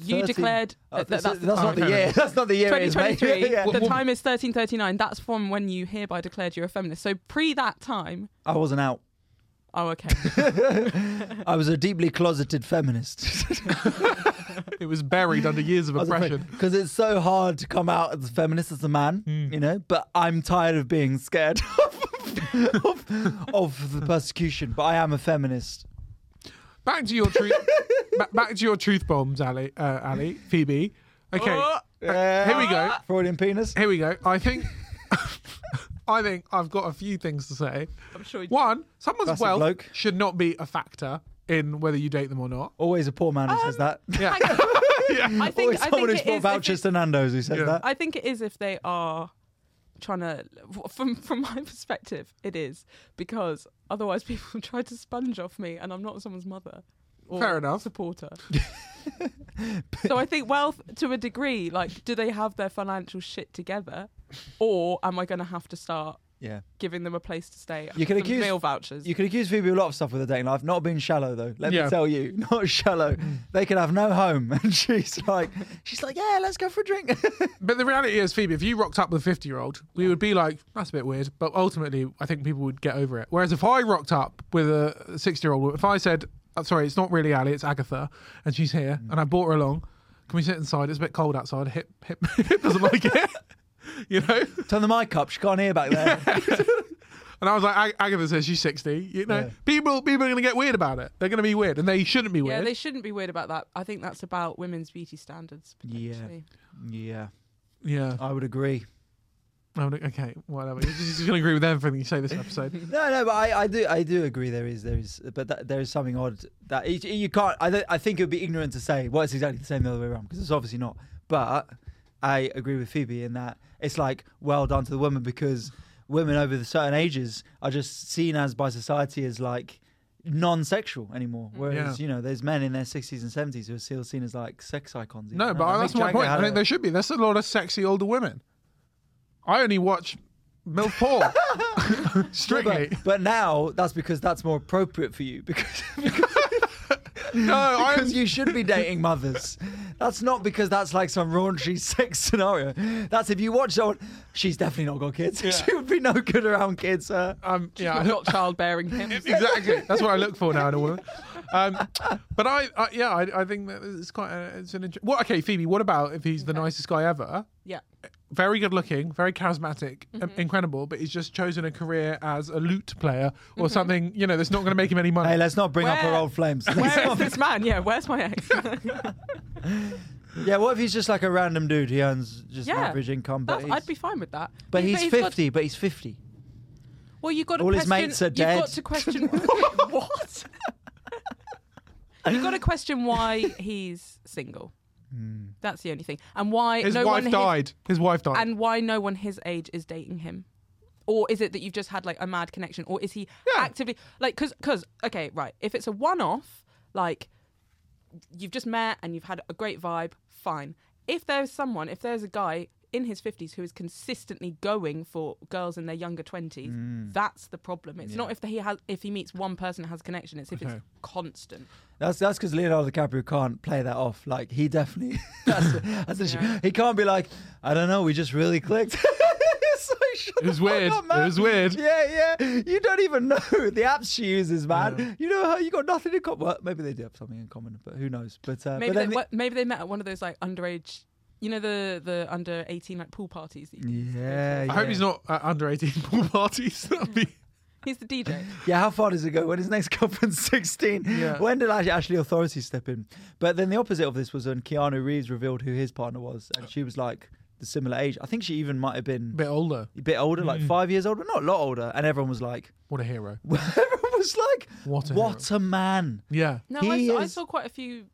Speaker 3: You
Speaker 2: 13
Speaker 3: declared
Speaker 2: Oh,
Speaker 3: that, that
Speaker 2: that's,
Speaker 3: that's the
Speaker 2: that's
Speaker 3: time.
Speaker 2: not the year. That's not the year. it is, mate.
Speaker 3: 2023.
Speaker 2: Yeah.
Speaker 3: The time is 1339. That's from when you hereby declared you're a feminist. So pre that time.
Speaker 2: I wasn't out.
Speaker 3: Oh, okay.
Speaker 2: I was a deeply closeted feminist.
Speaker 1: It was buried under years of oppression.
Speaker 2: Because it's so hard to come out as a feminist as a man,
Speaker 1: Hmm.
Speaker 2: you know. But I'm tired of being scared of, of, of the persecution. But I am a feminist.
Speaker 1: Back to your truth. ba- back to your truth bombs, Ali. Uh, Ali, Phoebe. Okay,
Speaker 3: Uh, Oh,
Speaker 1: here we go.
Speaker 2: Freudian penis.
Speaker 1: Here we go. I think. I think I've got a few things to say.
Speaker 3: I'm sure you
Speaker 1: One, someone's
Speaker 2: That's a
Speaker 1: wealth
Speaker 2: bloke.
Speaker 1: should not be a factor in whether you date them or not.
Speaker 2: Always a poor man who says that.
Speaker 1: Yeah.
Speaker 3: Hang on. I Um, think,
Speaker 2: Always
Speaker 3: I
Speaker 2: someone
Speaker 3: think,
Speaker 2: who's
Speaker 3: it
Speaker 2: bought
Speaker 3: is if
Speaker 2: vouchers
Speaker 3: it,
Speaker 2: to Nando's who says
Speaker 1: Yeah.
Speaker 2: that.
Speaker 3: I think it is if they are trying to. From from my perspective, it is because otherwise people try to sponge off me, and I'm not someone's mother. Or
Speaker 1: Fair enough.
Speaker 3: Supporter. so I think wealth to a degree, like, do they have their financial shit together, or am I going to have to start
Speaker 2: Yeah.
Speaker 3: giving them a place to stay?
Speaker 2: You can
Speaker 3: some
Speaker 2: accuse-
Speaker 3: meal vouchers.
Speaker 2: You can accuse Phoebe of a lot of stuff with her dating life. Not being shallow though. Let
Speaker 1: Yeah.
Speaker 2: me tell you, not shallow. They could have no home, and she's like, she's like, yeah, let's go for a drink.
Speaker 1: But the reality is, Phoebe, if you rocked up with a 50 year old, we would be like, that's a bit weird. But ultimately, I think people would get over it. Whereas if I rocked up with a 60 year old, if I said, oh, sorry, it's not really Ali, it's Agatha, and she's here,
Speaker 2: Mm.
Speaker 1: and I brought her along, can we sit inside? It's a bit cold outside. Hip, hip, hip doesn't like it. You know?
Speaker 2: Turn the mic up. She can't hear back there.
Speaker 1: And I was like, Ag- Agatha says she's 60. You know,
Speaker 2: Yeah.
Speaker 1: people, people are going to get weird about it. They're going to be weird, and they shouldn't be
Speaker 3: yeah,
Speaker 1: weird.
Speaker 3: they shouldn't be weird about that. I think that's about women's beauty standards.
Speaker 2: Yeah.
Speaker 3: Potentially.
Speaker 2: yeah,
Speaker 1: yeah.
Speaker 2: I would agree.
Speaker 1: Oh, no, okay, whatever. You're just going to agree with everything you say this episode.
Speaker 2: No, no, but I, I do I do agree there is there is but that, there is something odd that you, you can't I don't- I think it would be ignorant to say well it's exactly the same the other way around because it's obviously not. But I agree with Phoebe in that it's like well done to the woman because women over the certain ages are just seen as by society as like non-sexual anymore whereas
Speaker 1: Mm. Yeah.
Speaker 2: you know there's men in their 60s and 70s who are still seen as like sex icons you
Speaker 1: No,
Speaker 2: know?
Speaker 1: but
Speaker 2: Like,
Speaker 1: that's
Speaker 2: Mick
Speaker 1: my
Speaker 2: Jagger
Speaker 1: point.
Speaker 2: had
Speaker 1: I think
Speaker 2: a-
Speaker 1: there should be. There's a lot of sexy older women. I only watch MILF porn. Strictly.
Speaker 2: but, but now that's because that's more appropriate for you because
Speaker 1: No, I'm
Speaker 2: because you should be dating mothers. That's not because that's like some raunchy sex scenario. That's if you watch someone, she's definitely not got kids. she would be no good around kids. Uh,
Speaker 1: um, yeah,
Speaker 3: Yeah,
Speaker 1: I
Speaker 3: I've
Speaker 1: don't-
Speaker 3: got childbearing hips.
Speaker 1: exactly. That's what I look for now in a woman. Um, but I, I yeah, I, I think that it's quite. A, it's an inter- well, okay, Phoebe. What about if he's the nicest guy ever?
Speaker 3: Yeah.
Speaker 1: Very good looking, very charismatic, um,
Speaker 3: Mm-hmm.
Speaker 1: incredible, but he's just chosen a career as a lute player or
Speaker 3: Mm-hmm.
Speaker 1: something. You know, that's not going to make him any money.
Speaker 2: hey, let's not bring up her
Speaker 3: Where-
Speaker 2: old flames.
Speaker 3: Where is this man? Yeah, where's my ex?
Speaker 2: yeah, what if he's just like a random dude? He earns just an
Speaker 3: Yeah.
Speaker 2: average income, but
Speaker 3: That's,
Speaker 2: he's,
Speaker 3: I'd be fine with that.
Speaker 2: but he's,
Speaker 3: got-
Speaker 2: 50. But he's 50.
Speaker 3: well, you've got to
Speaker 2: all his
Speaker 3: question,
Speaker 2: mates are
Speaker 3: You've
Speaker 2: dead.
Speaker 3: got to question what? you've got to question why he's single.
Speaker 2: Hmm.
Speaker 3: That's the only thing, and why
Speaker 1: his
Speaker 3: no
Speaker 1: wife
Speaker 3: one
Speaker 1: died. His wife died.
Speaker 3: and why no one his age is dating him or is it that you've just had like a mad connection or is he
Speaker 1: Yeah.
Speaker 3: actively like because okay right if it's a one-off like you've just met and you've had a great vibe fine if there's someone if there's a guy in his 50s who is consistently going for girls in their younger 20s
Speaker 2: Mm.
Speaker 3: that's the problem it's not if he has if he meets one person and has connection it's if
Speaker 1: Okay.
Speaker 3: it's
Speaker 2: Uh,
Speaker 3: constant
Speaker 2: That's that's because Leonardo DiCaprio can't play that off. Like he definitely that's, that's the issue. He can't be like, I don't know, we just really clicked. It's like, shut
Speaker 1: It was
Speaker 2: the fuck
Speaker 1: weird.
Speaker 2: up, man.
Speaker 1: It was weird.
Speaker 2: Yeah, yeah. You don't even know the apps she uses, man. You know how you got nothing in common. Well, maybe they do have something in common, but who knows? But uh, but
Speaker 3: maybe they,
Speaker 2: then
Speaker 3: what- maybe they met at one of those like underage you know the the under 18 like pool parties that you
Speaker 2: yeah, yeah.
Speaker 1: I hope he's not at under eighteen pool parties. That'd be
Speaker 3: he's the dj
Speaker 2: Yeah, how far does it go? When his next girlfriend's 16?
Speaker 1: Yeah.
Speaker 2: When did actually, actually authorities step in? But then the opposite of this was when Keanu Reeves revealed who his partner was, and she was like the similar age. I think she even might have been
Speaker 1: a bit older.
Speaker 2: a bit older,
Speaker 1: Mm.
Speaker 2: like five years older, not a lot older. And everyone was like,
Speaker 1: What a hero.
Speaker 2: everyone was like,
Speaker 1: What a
Speaker 2: what a man.
Speaker 1: Yeah.
Speaker 3: No,
Speaker 2: He
Speaker 3: I saw, I
Speaker 2: is-
Speaker 3: saw quite a few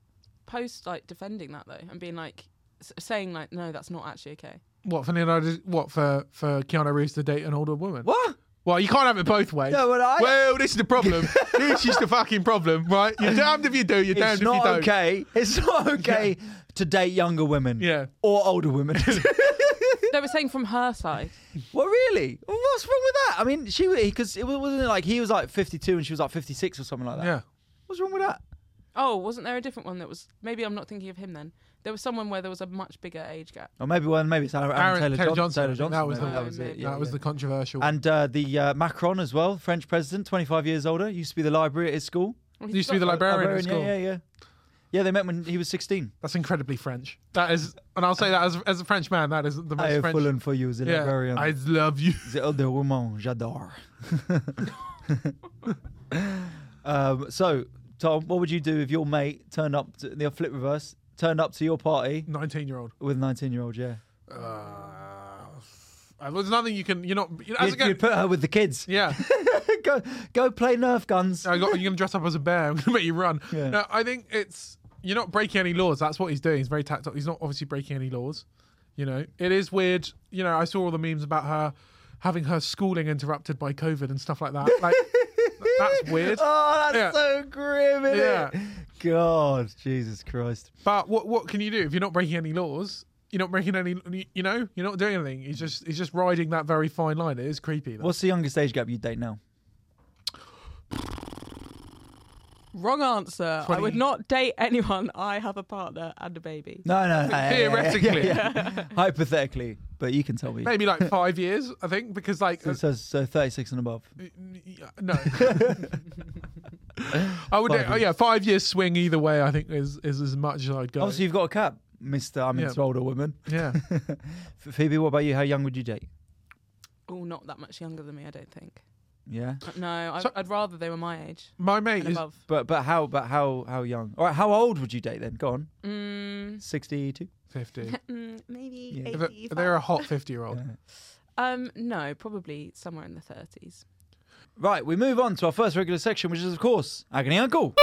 Speaker 3: posts like defending that though, and being like s- saying like, no, that's not actually okay.
Speaker 1: What for Leonardo? What for for Keanu Reeves to date an older woman?
Speaker 2: What?
Speaker 1: Well, you can't have it both ways.
Speaker 2: No, but I-
Speaker 1: Well, this is the problem. this is the fucking problem, right? You're damned if you do. You're damned if
Speaker 2: It's
Speaker 1: you
Speaker 2: not
Speaker 1: don't.
Speaker 2: okay. It's not okay to date younger women
Speaker 1: Yeah.
Speaker 2: or older women.
Speaker 3: They were saying from her side.
Speaker 2: Well, really? What's wrong with that? I mean, she because it wasn't like he was like 52 and she was like 56 or something like that.
Speaker 1: Yeah.
Speaker 2: What's wrong with that?
Speaker 3: Oh, wasn't there a different one that was? Maybe I'm not thinking of him then. There was someone where there was a much bigger age gap.
Speaker 2: Or maybe well, maybe it's Aaron, Aaron Taylor, John-
Speaker 1: Johnson.
Speaker 2: Taylor Johnson.
Speaker 1: That was the
Speaker 2: maybe.
Speaker 3: one.
Speaker 2: it,
Speaker 3: Yeah,
Speaker 1: that was the controversial.
Speaker 2: And uh, the uh, Macron as well, French president, 25 years older, used to be the library at his school.
Speaker 3: Well,
Speaker 1: Used to be the
Speaker 3: got-
Speaker 1: librarian at
Speaker 2: Librarian,
Speaker 1: school.
Speaker 2: Yeah, yeah, yeah. Yeah, they met when he was 16.
Speaker 1: That's incredibly French. That is, and I'll say that as as a French man, that is the
Speaker 2: I
Speaker 1: most
Speaker 2: have
Speaker 1: French.
Speaker 2: fallen for you as a
Speaker 1: yeah.
Speaker 2: librarian.
Speaker 1: I love you.
Speaker 2: The other woman, j'adore. um, so, Tom, what would you do if your mate turned up, to, the flip reverse, turned up to your party
Speaker 1: Nineteen year old.
Speaker 2: with a 19 year old, yeah?
Speaker 1: Uh, there's nothing you can. You're not. You know, as
Speaker 2: You'd,
Speaker 1: again,
Speaker 2: you'd put her with the kids.
Speaker 1: yeah.
Speaker 2: go, go play Nerf guns.
Speaker 1: I got, you're gonna dress up as a bear. I'm gonna make you run.
Speaker 2: Yeah.
Speaker 1: No, I think it's you're not breaking any laws. That's what he's doing. He's very tactile. He's not obviously breaking any laws. You know, it is weird. You know, I saw all the memes about her having her schooling interrupted by COVID and stuff like that. Like that's weird.
Speaker 2: Oh, that's
Speaker 1: Yeah.
Speaker 2: so grim, isn't
Speaker 1: Yeah.
Speaker 2: it? God, Jesus Christ.
Speaker 1: But what what can you do if you're not breaking any laws? You're not breaking any. You know, you're not doing anything. He's just he's just riding that very fine line. It is creepy. Though.
Speaker 2: What's the youngest age gap you'd date now?
Speaker 3: Wrong answer. I
Speaker 1: 20.
Speaker 3: would not date anyone. I have a partner and a baby.
Speaker 2: No, no, no. yeah, yeah, yeah,
Speaker 1: Theoretically.
Speaker 2: yeah, yeah. Hypothetically, but you can tell me.
Speaker 1: Maybe like five years, I think, because like uh,
Speaker 2: So, so, so 36 and above.
Speaker 1: No. I would.
Speaker 2: Five
Speaker 1: oh yeah, five years swing either way. I think is is as much as I'd go.
Speaker 2: Obviously, you've got a cap, Mr. I'm
Speaker 1: Yeah.
Speaker 2: into older women.
Speaker 1: yeah.
Speaker 2: Phoebe, what about you? How young would you date?
Speaker 3: Oh, not that much younger than me. I don't think.
Speaker 2: Yeah.
Speaker 3: No, I,
Speaker 1: So-
Speaker 3: I'd rather they were my age
Speaker 1: My mate
Speaker 3: and
Speaker 1: is
Speaker 3: above.
Speaker 2: But but how but how how young? All right, how old would you date then? Go on.
Speaker 3: Mm,
Speaker 2: 62?
Speaker 1: fifty.
Speaker 3: mm, maybe
Speaker 2: Yeah.
Speaker 1: If it-
Speaker 3: 85.
Speaker 1: they're a hot fifty-year-old.
Speaker 2: Yeah.
Speaker 3: Um, no, probably somewhere in the 30s.
Speaker 2: Right, we move on to our first regular section, which is of course Agony Uncle.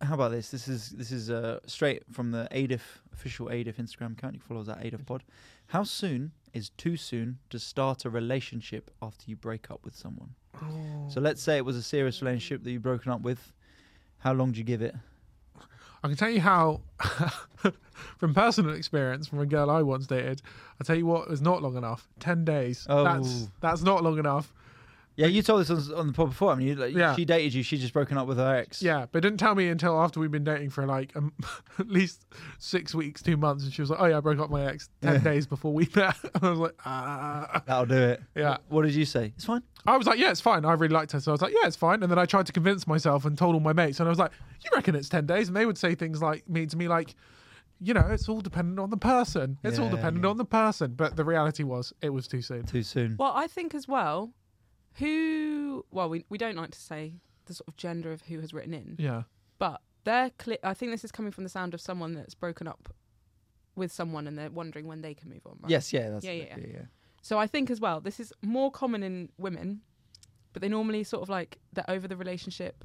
Speaker 2: How about this? This is this is uh, straight from the ADIF official ADIF Instagram account. You can follow us at ADIF Pod. How soon is too soon to start a relationship after you break up with someone?
Speaker 1: Oh.
Speaker 2: So let's say it was a serious relationship that you've broken up with. How long do you give it?
Speaker 1: I can tell you how, from personal experience, from a girl I once dated, I'll tell you what was not long enough. 10 days. That's
Speaker 2: Oh.
Speaker 1: that's not long enough.
Speaker 2: Yeah, you told us on, on the pod before. I mean, you, like,
Speaker 1: Yeah.
Speaker 2: she dated you. She just broken up with her ex.
Speaker 1: Yeah, but didn't tell me until after we'd been dating for like um, at least six weeks, two months. And she was like, oh yeah, I broke up with my ex 10 days before we met. And I was like, ah.
Speaker 2: that'll do it.
Speaker 1: Yeah.
Speaker 2: What did you say? It's fine.
Speaker 1: I was like, yeah, it's fine. I really liked her. So I was like, yeah, it's fine. And then I tried to convince myself and told all my mates. And I was like, you reckon it's 10 days? And they would say things like me to me, like, you know, it's all dependent on the person. It's all
Speaker 2: Yeah,
Speaker 1: dependent
Speaker 2: yeah.
Speaker 1: on the person. But the reality was, it was too soon.
Speaker 2: Too soon.
Speaker 3: Well, I think as well, who, well, we, we don't like to say the sort of gender of who has written in,
Speaker 1: Yeah.
Speaker 3: but they're clear. I think this is coming from the sound of someone that's broken up with someone and they're wondering when they can move on, right?
Speaker 2: Yes. Yeah. That's
Speaker 3: Yeah,
Speaker 2: it.
Speaker 3: yeah, yeah. So I think as well, this is more common in women, but they normally sort of like they're over the relationship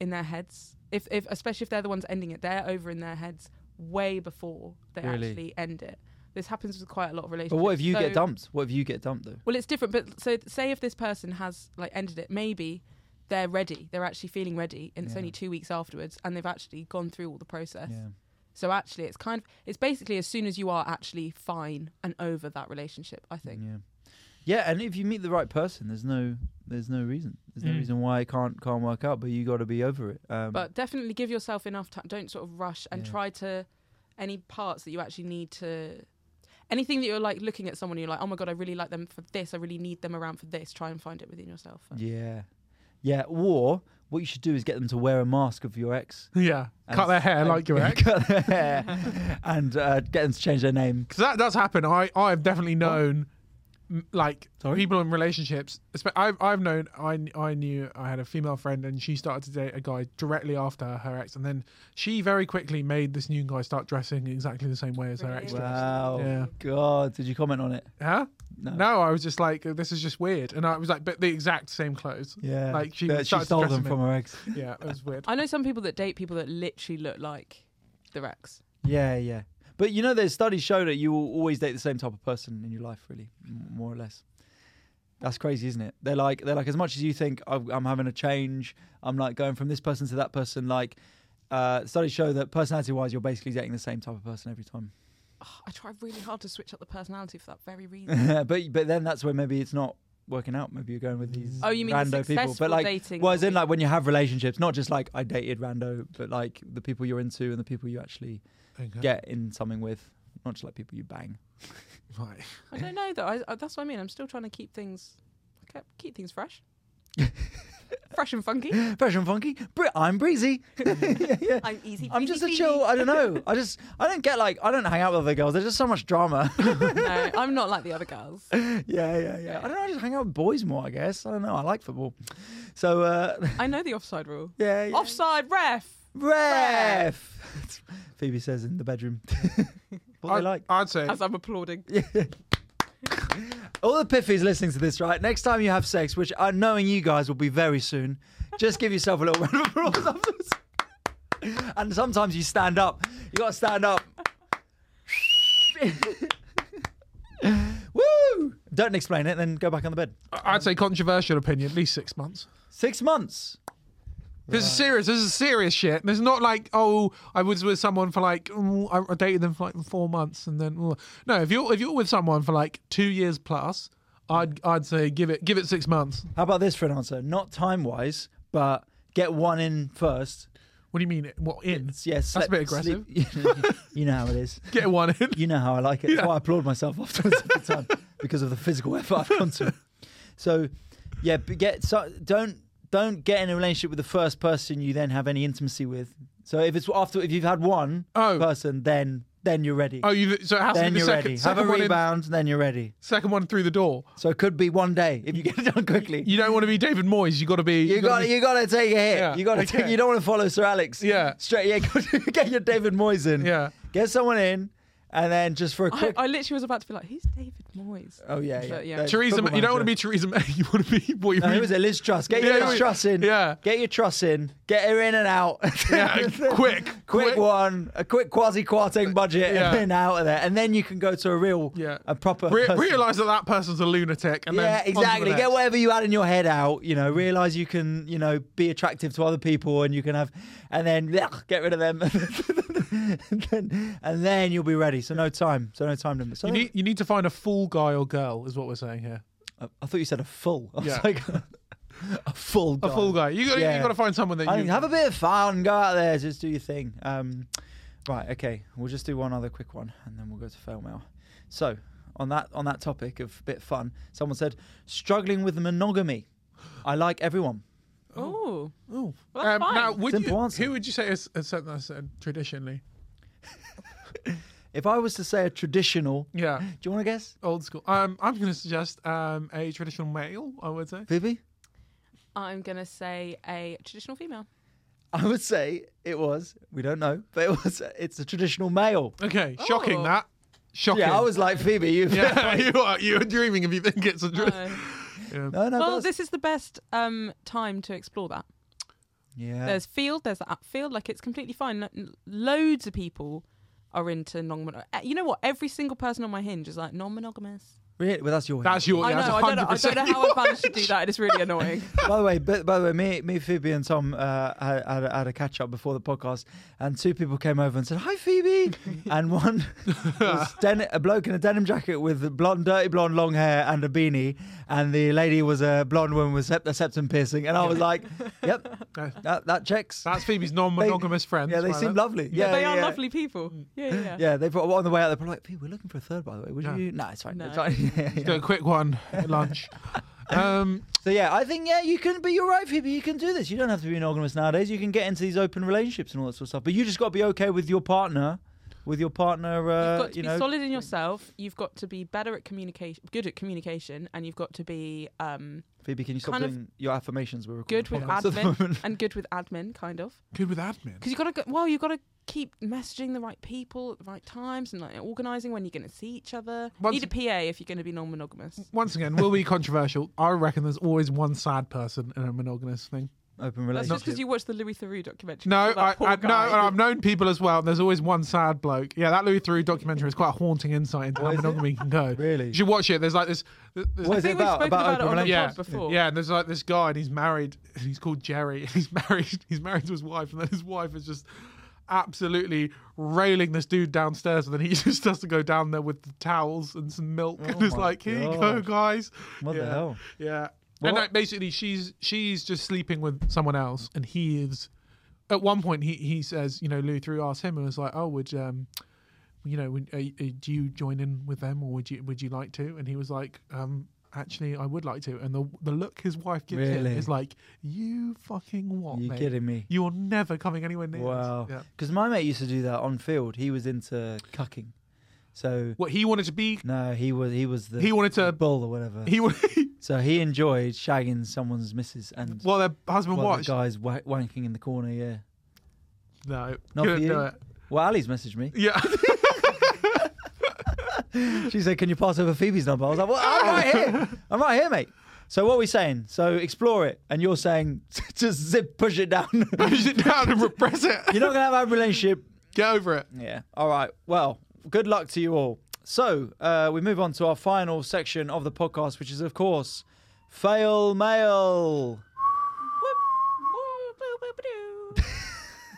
Speaker 3: in their heads. If if especially if they're the ones ending it, they're over in their heads way before they
Speaker 2: Really?
Speaker 3: actually end it. This happens with quite a lot of relationships.
Speaker 2: But what if you get
Speaker 3: So-
Speaker 2: dumped? What if you get dumped though?
Speaker 3: Well, it's different. But so say if this person has like ended it, maybe they're ready. They're actually feeling ready, and it's
Speaker 2: Yeah.
Speaker 3: only two weeks afterwards, and they've actually gone through all the process.
Speaker 2: Yeah.
Speaker 3: So actually, it's kind of it's basically as soon as you are actually fine and over that relationship. I think.
Speaker 2: Yeah. Yeah, and if you meet the right person, there's no there's no reason. There's no
Speaker 1: Mm.
Speaker 2: reason why it can't can't work out, but you got to be over it. Um,
Speaker 3: but definitely give yourself enough time don't sort of rush and
Speaker 2: Yeah.
Speaker 3: try to any parts that you actually need to anything that you're like looking at someone you're like oh my god i really like them for this i really need them around for this try and find it within yourself
Speaker 2: yeah, yeah. Or what you should do is get them to wear a mask of your ex.
Speaker 1: Yeah.
Speaker 2: and-
Speaker 1: Cut their hair
Speaker 2: and-
Speaker 1: like your ex.
Speaker 2: Cut their hair and uh, get them to change their name.
Speaker 1: Because that does happen. I, I've definitely known, m like,
Speaker 2: Sorry?
Speaker 1: people in relationships. espe- I've, I've known, I, kn- I knew I had a female friend and she started to date a guy directly after her ex. And then she very quickly made this new guy start dressing exactly the same way as her ex
Speaker 3: Really?
Speaker 1: dressed.
Speaker 2: Wow.
Speaker 1: Yeah.
Speaker 2: God, did you comment on it?
Speaker 1: Huh?
Speaker 2: No.
Speaker 1: No, I was just like, this is just weird. And I was like, but the exact same clothes.
Speaker 2: Yeah.
Speaker 1: Like, she
Speaker 2: That
Speaker 1: started to
Speaker 2: stole
Speaker 1: dress
Speaker 2: them
Speaker 1: them
Speaker 2: from her ex.
Speaker 1: Yeah, it was weird.
Speaker 3: i know some people that date people that literally look like the rex
Speaker 2: Yeah, yeah. But you know, there's studies show that you will always date the same type of person in your life, really, m- more or less. That's crazy, isn't it? They're like, they're like, as much as you think "Oh, I'm having a change, I'm like going from this person to that person. Like, uh, studies show that personality-wise, you're basically dating the same type of person every time.
Speaker 3: oh, i try really hard to switch up the personality for that very reason
Speaker 2: but but then that's where maybe it's not working out. Maybe you're going with these
Speaker 3: oh you mean the
Speaker 2: rando
Speaker 3: successful
Speaker 2: people, but like.
Speaker 3: dating
Speaker 2: Well, as in,
Speaker 3: that
Speaker 2: like when you have relationships, not just like I dated rando, but like the people you're into and the people you actually
Speaker 1: Okay.
Speaker 2: get in something with, not just like people you bang.
Speaker 1: Right.
Speaker 3: we- i don't know though I, I, that's what i mean i'm still trying to keep things keep, keep things fresh fresh and funky
Speaker 2: Fresh and funky. Bri- I'm breezy. yeah, yeah.
Speaker 3: i'm easy
Speaker 2: I'm just a
Speaker 3: peasy.
Speaker 2: chill. I don't know. I just I don't get like I don't hang out with other girls. There's just so much drama.
Speaker 3: no i'm not like the other girls
Speaker 2: yeah, yeah, yeah. I don't know. I just hang out with boys more. I guess I don't know. I like football. So uh,
Speaker 3: I know the offside rule.
Speaker 2: yeah, yeah.
Speaker 3: Offside ref.
Speaker 2: Ref. Phoebe says in the bedroom. what
Speaker 1: I,
Speaker 2: they like.
Speaker 1: I'd say.
Speaker 3: As I'm applauding.
Speaker 2: All the piffies listening to this, right? Next time you have sex, which I'm knowing you guys will be very soon, just give yourself a little round of applause afterwards. And sometimes you stand up. You gotta stand up. Woo! Don't explain it, then go back on the bed.
Speaker 1: I'd say controversial opinion, at least six months.
Speaker 2: Six months.
Speaker 1: This is serious. This is serious shit. This is not like oh, I was with someone for like mm, I I dated them for like four months and then mm. no. If you're if you're with someone for like two years plus, I'd I'd say give it give it six months.
Speaker 2: How about this for an answer? Not time wise, but get one in first.
Speaker 1: What do you mean? What in?
Speaker 2: Yes, yeah,
Speaker 1: That's a bit
Speaker 2: sleep- you know how it is.
Speaker 1: Get one in.
Speaker 2: You know how I like it. That's why I applaud myself afterwards every time because of the physical effort I've gone to. So, yeah, but get so don't don't get in a relationship with the first person you then have any intimacy with. So if it's after if you've had one
Speaker 1: Oh.
Speaker 2: person, then then you're ready.
Speaker 1: Oh, you. So it has to
Speaker 2: then
Speaker 1: be the
Speaker 2: you're
Speaker 1: second,
Speaker 2: ready. Have a
Speaker 1: second one. in-
Speaker 2: rebound, then you're ready.
Speaker 1: second one through the door.
Speaker 2: So it could be one day if you get it done quickly.
Speaker 1: You don't want to be David Moyes. You got to be.
Speaker 2: You
Speaker 1: gotta
Speaker 2: got to
Speaker 1: be-
Speaker 2: you got to take a hit.
Speaker 1: Yeah,
Speaker 2: You got to
Speaker 1: okay.
Speaker 2: take. You don't want to follow Sir Alex.
Speaker 1: Yeah.
Speaker 2: straight. Yeah, go- get your David Moyes in.
Speaker 1: Yeah.
Speaker 2: get someone in, And then just for a
Speaker 3: I,
Speaker 2: quick.
Speaker 3: I literally was about to be like, who's David Moyes?
Speaker 2: oh, yeah. yeah.
Speaker 3: But, yeah.
Speaker 2: No,
Speaker 1: Theresa,
Speaker 2: football
Speaker 1: Ma- you don't want to
Speaker 2: manager.
Speaker 1: be Theresa May. You want to be what you
Speaker 2: No, who
Speaker 1: mean.
Speaker 2: was it? Liz Truss. Get your
Speaker 1: Yeah,
Speaker 2: Liz
Speaker 1: yeah.
Speaker 2: Truss in.
Speaker 1: Yeah.
Speaker 2: Get your truss in. Get her in and out.
Speaker 1: Yeah, quick,
Speaker 2: quick
Speaker 1: quick. Uh,
Speaker 2: one. A quick quasi quarting budget
Speaker 1: Yeah.
Speaker 2: and then out of there. And then you can go to a real,
Speaker 1: Yeah.
Speaker 2: a proper.
Speaker 1: Re-
Speaker 2: person.
Speaker 1: realize that that person's a lunatic, and
Speaker 2: yeah,
Speaker 1: then on to the
Speaker 2: exactly.
Speaker 1: next.
Speaker 2: Get whatever you had in your head out. You know, realize you can, you know, be attractive to other people, and you can have, and then ugh, get rid of them, and, then, and then you'll be ready. So no time. So no time limit. So
Speaker 1: You need, you need to find a fool guy or girl, is what we're saying here.
Speaker 2: I, I thought you said a full. I was
Speaker 1: Yeah.
Speaker 2: like, a full.
Speaker 1: A fool guy. You got
Speaker 2: Yeah.
Speaker 1: you got to find someone that
Speaker 2: I
Speaker 1: you
Speaker 2: think have a bit of fun. Go out there. Just do your thing. Um, right. Okay. We'll just do one other quick one, and then we'll go to fail mail. So on that on that topic of a bit of fun, someone said struggling with monogamy. I like everyone.
Speaker 3: Oh,
Speaker 1: Oh,
Speaker 3: Well, that's fine.
Speaker 1: now would
Speaker 2: Simple
Speaker 1: you,
Speaker 2: answer.
Speaker 1: who would you say is, is something that's uh, traditionally?
Speaker 2: If I was to say a traditional,
Speaker 1: Yeah,
Speaker 2: do you want to guess,
Speaker 1: old school. Um, I'm going to suggest um a traditional male. I would say.
Speaker 2: Phoebe?
Speaker 3: I'm gonna say a traditional female.
Speaker 2: I would say it was. We don't know, but it was. It's a traditional male.
Speaker 1: Okay,
Speaker 3: Oh.
Speaker 1: shocking that. Shocking.
Speaker 2: Yeah, I was like Phoebe. You.
Speaker 1: Yeah, you are. You're dreaming if you think it's a. Tra-
Speaker 3: No.
Speaker 2: No, no.
Speaker 3: Uh, well,
Speaker 2: but-
Speaker 3: this is the best um, time to explore that.
Speaker 2: yeah.
Speaker 3: There's field, there's the app field. Like it's completely fine. Lo- loads of people are into non-monogamous. You know what? Every single person on my hinge is like non-monogamous.
Speaker 2: Really? Well, that's your.
Speaker 1: that's your.
Speaker 3: I
Speaker 1: Yeah,
Speaker 3: know. I
Speaker 1: that's
Speaker 3: don't know.
Speaker 1: 100%
Speaker 3: I don't know how I managed to do that. It's really annoying.
Speaker 2: by the way, but, by the way, me, me, Phoebe, and Tom uh, had, had, a- had a catch up before the podcast, and two people came over and said, "Hi, Phoebe," and one was den- a bloke in a denim jacket with blonde, dirty blonde, long hair and a beanie, and the lady was a blonde woman with sep- a septum piercing, and I was like, "Yep,
Speaker 1: No.
Speaker 2: that, that checks."
Speaker 1: That's Phoebe's non-monogamous friend.
Speaker 2: yeah, they seem lovely. Yeah,
Speaker 3: they
Speaker 2: yeah,
Speaker 3: are
Speaker 2: yeah.
Speaker 3: lovely people. Yeah, yeah. yeah.
Speaker 2: Yeah, they brought on the way out. They're probably like, "Phoebe, "We're looking for a third, by the way. Would
Speaker 1: Yeah.
Speaker 2: you?" No, it's fine.
Speaker 3: No.
Speaker 2: It's fine. Yeah, yeah.
Speaker 1: Do a quick one at lunch. Um,
Speaker 2: So yeah, I think yeah, you can. But you're right, Phoebe. You can do this. You don't have to be monogamous nowadays. You can get into these open relationships and all that sort of stuff. But you just got to be okay with your partner, with your partner. Uh,
Speaker 3: You've got to
Speaker 2: you
Speaker 3: be
Speaker 2: know,
Speaker 3: solid in yourself. You've got to be better at communication, good at communication, and you've got to be um,
Speaker 2: Phoebe, can you stop
Speaker 3: kind of
Speaker 2: doing your affirmations? We're recording
Speaker 3: good with
Speaker 2: podcasts at the
Speaker 3: admin
Speaker 2: moment.
Speaker 3: and good with admin, kind of.
Speaker 1: good with admin.
Speaker 3: because you gotta go, well you gotta keep messaging the right people at the right times and like organizing when you're gonna see each other
Speaker 1: Once-
Speaker 3: need a pa if you're gonna be non-monogamous
Speaker 1: Once again, will be controversial. I reckon there's always one sad person in a monogamous thing.
Speaker 2: Open
Speaker 3: that's just
Speaker 2: relationship.
Speaker 3: because you watched the louis theroux documentary
Speaker 1: No,
Speaker 3: about that
Speaker 1: I,
Speaker 3: poor
Speaker 1: I, no,
Speaker 3: guy.
Speaker 1: and I've known people as well. And there's always one sad bloke. Yeah, that Louis Theroux documentary is quite a haunting insight into how
Speaker 2: Oh, is it?
Speaker 1: monogamy can go.
Speaker 2: Really?
Speaker 1: you should watch it. There's like this. this
Speaker 2: What
Speaker 3: i
Speaker 2: is it
Speaker 3: think we've
Speaker 2: about?
Speaker 3: spoken
Speaker 2: About
Speaker 3: about,
Speaker 2: open
Speaker 3: it on the
Speaker 1: yeah,
Speaker 3: pod before
Speaker 1: yeah. And there's like this guy, and he's married. He's called Jerry. He's married. He's married to his wife, and then his wife is just absolutely railing this dude downstairs, and then he just has to go down there with the towels and some milk, and it's
Speaker 2: Oh my
Speaker 1: like, here you go,
Speaker 2: God.
Speaker 1: guys.
Speaker 2: What
Speaker 1: yeah.
Speaker 2: the hell?
Speaker 1: Yeah. And
Speaker 2: Well-
Speaker 1: like, basically, she's she's just sleeping with someone else, and he is. At one point, he he says, you know, Luthor asked him and was like, "Oh, would um, you know, would, uh, uh, do you join in with them, or would you would you like to?" And he was like, "Um, actually, I would like to." And the the look his wife gives him
Speaker 2: Really?
Speaker 1: is like, "You fucking what?
Speaker 2: You
Speaker 1: mate?
Speaker 2: kidding me?
Speaker 1: You're never coming anywhere near."
Speaker 2: Wow.
Speaker 1: Us. Yeah.
Speaker 2: Because my mate used to do that on field. He was into cucking. So
Speaker 1: What he wanted to be,
Speaker 2: no, he was he was the
Speaker 1: he wanted
Speaker 2: the
Speaker 1: to
Speaker 2: bull or whatever.
Speaker 1: he wa-
Speaker 2: so he enjoyed shagging someone's missus and
Speaker 1: well, their husband
Speaker 2: while the
Speaker 1: watched.
Speaker 2: guys wa- wanking in the corner. Yeah.
Speaker 1: No,
Speaker 2: Not
Speaker 1: couldn't
Speaker 2: for you?
Speaker 1: do it.
Speaker 2: Well, Ali's messaged me.
Speaker 1: Yeah.
Speaker 2: She said, "Can you pass over Phoebe's number?" I was like, "Well, I'm right here. I'm right here, mate." So what are we saying? So explore it, and you're saying just zip, push it down. you're
Speaker 1: Push it down and repress it.
Speaker 2: not gonna have a relationship.
Speaker 1: Get over it.
Speaker 2: Yeah. All right. Well, good luck to you all. So uh, we move on to our final section of the podcast, which is, of course, fail mail.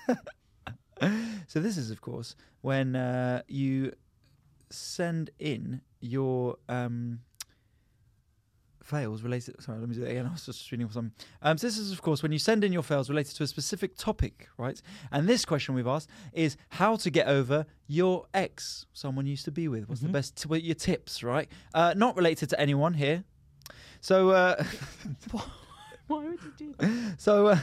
Speaker 2: So this is, of course, when uh, you send in your um, fails related. Sorry, let me do that again. I was just reading off something. Um, so this is, of course, when you send in your fails related to a specific topic, right? And this question we've asked is how to get over your ex, someone you used to be with. What's the best? T- what are your tips, right? Uh, not related to anyone here. So, uh,
Speaker 3: why would you do that
Speaker 2: so uh,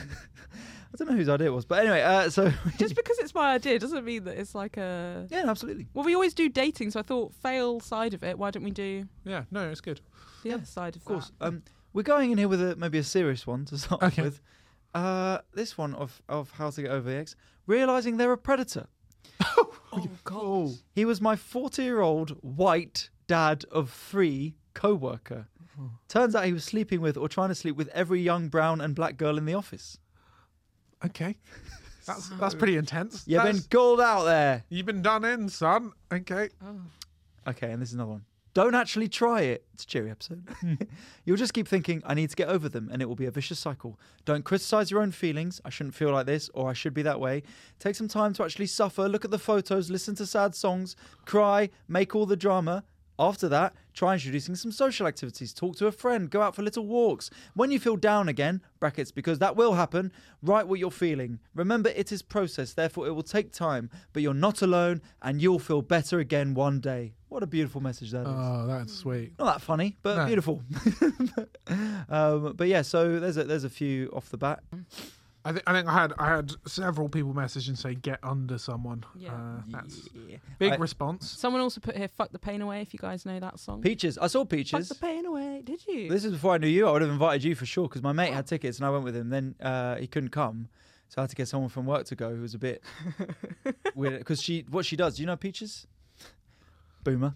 Speaker 2: I don't know whose idea it was, but anyway. Uh, so
Speaker 3: just because it's my idea doesn't mean that it's like a
Speaker 2: yeah, absolutely.
Speaker 3: well we always do dating so i thought fail side of it why don't we do
Speaker 1: Yeah, no, it's good.
Speaker 3: the other side of
Speaker 2: Of course. Um, we're going in here with a, maybe a serious one to start
Speaker 1: Okay.
Speaker 2: with. Uh, this one of, of how to get over the ex, realizing they're a predator.
Speaker 3: Oh god.
Speaker 1: Oh,
Speaker 2: He was my 40 year old white dad of three co worker.
Speaker 1: Oh.
Speaker 2: Turns out he was sleeping with or trying to sleep with every young brown and black girl in the office.
Speaker 1: okay. That's that's pretty intense.
Speaker 2: You've been
Speaker 1: That's-
Speaker 2: gold out there.
Speaker 1: you've been done in, son. Okay.
Speaker 2: Okay, and this is another one. Don't actually try it. It's a cheery episode. You'll just keep thinking, I need to get over them, and it will be a vicious cycle. Don't criticize your own feelings. I shouldn't feel like this, or I should be that way. Take some time to actually suffer, look at the photos, listen to sad songs, cry, make all the drama. After that, try introducing some social activities. Talk to a friend, go out for little walks. When you feel down again, brackets, because that will happen, write what you're feeling. Remember, it is process, therefore, it will take time, but you're not alone, and you'll feel better again one day. What a beautiful message that is
Speaker 1: Oh, that's sweet.
Speaker 2: not that funny, but
Speaker 1: No.
Speaker 2: beautiful. um, but yeah, so there's a, there's a few off the bat.
Speaker 1: I think I think I had I had several people message and say get under someone.
Speaker 3: Yeah.
Speaker 1: Uh, that's
Speaker 2: Yeah.
Speaker 1: big
Speaker 2: I-
Speaker 1: response.
Speaker 3: Someone also put here "fuck the pain away" if you guys know that song.
Speaker 2: peaches. I saw
Speaker 3: fuck
Speaker 2: peaches.
Speaker 3: the pain away. Did you?
Speaker 2: This is before I knew you. I would have invited you for sure because my mate had tickets and I went with him. Then uh, he couldn't come, so I had to get someone from work to go who was a bit weird. Because she, what she does, do you know peaches? Boomer.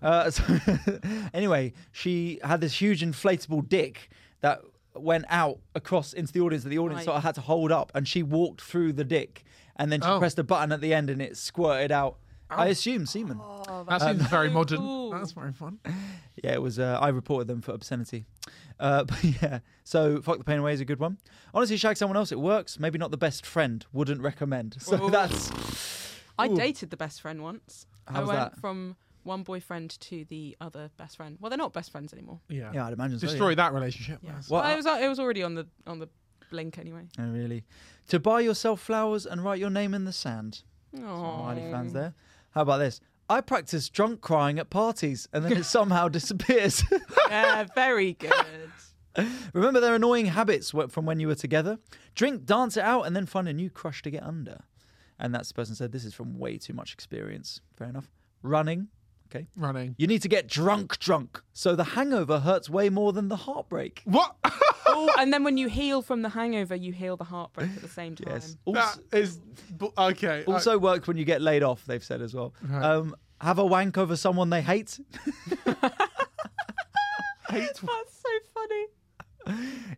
Speaker 2: Uh, so anyway, she had this huge inflatable dick that went out across into the audience that the audience
Speaker 3: Right.
Speaker 2: sort of had to hold up, and she walked through the dick, and then she
Speaker 1: Oh.
Speaker 2: pressed a button at the end, and it squirted out. I
Speaker 3: Oh.
Speaker 2: assume semen.
Speaker 1: That seems very
Speaker 3: so
Speaker 1: modern.
Speaker 3: cool.
Speaker 1: That's very fun.
Speaker 2: Yeah, it was. Uh, I reported them for obscenity. Uh, but yeah, so fuck the pain away is a good one. Honestly, shag someone else, it works. Maybe not the best friend. Wouldn't recommend. So
Speaker 3: Whoa.
Speaker 2: that's
Speaker 3: I
Speaker 2: Ooh.
Speaker 3: dated the best friend once.
Speaker 2: How
Speaker 3: I
Speaker 2: was
Speaker 3: went
Speaker 2: that?
Speaker 3: from one boyfriend to the other best friend. Well, they're not best friends anymore.
Speaker 1: Yeah.
Speaker 2: yeah. I'd imagine so, yeah.
Speaker 1: Destroy that relationship.
Speaker 3: Yeah.
Speaker 1: That's-
Speaker 2: Well,
Speaker 3: Well,
Speaker 2: I-
Speaker 3: it was it was already on the on the blink anyway.
Speaker 2: Oh, really, to buy yourself flowers and write your name in the sand. Some Miley
Speaker 3: Aw.
Speaker 2: fans there. How about this? I practice drunk crying at parties, and then it somehow disappears.
Speaker 3: yeah, very good.
Speaker 2: Remember their annoying habits wh- from when you were together? Drink, dance it out, and then find a new crush to get under. And that person said, This is from way too much experience. Fair enough. Running. Okay.
Speaker 1: Running.
Speaker 2: You need to get drunk, drunk. So the hangover hurts way more than the heartbreak.
Speaker 1: What?
Speaker 3: oh, and then when you heal from the hangover, you heal the heartbreak at the same time.
Speaker 2: Yes.
Speaker 1: that
Speaker 2: Also,
Speaker 1: is bu- okay. uh,
Speaker 2: also works when you get laid off, they've said as well.
Speaker 1: Right.
Speaker 2: Um, have a wank over someone they hate.
Speaker 1: hate-
Speaker 3: Oh, That's so funny.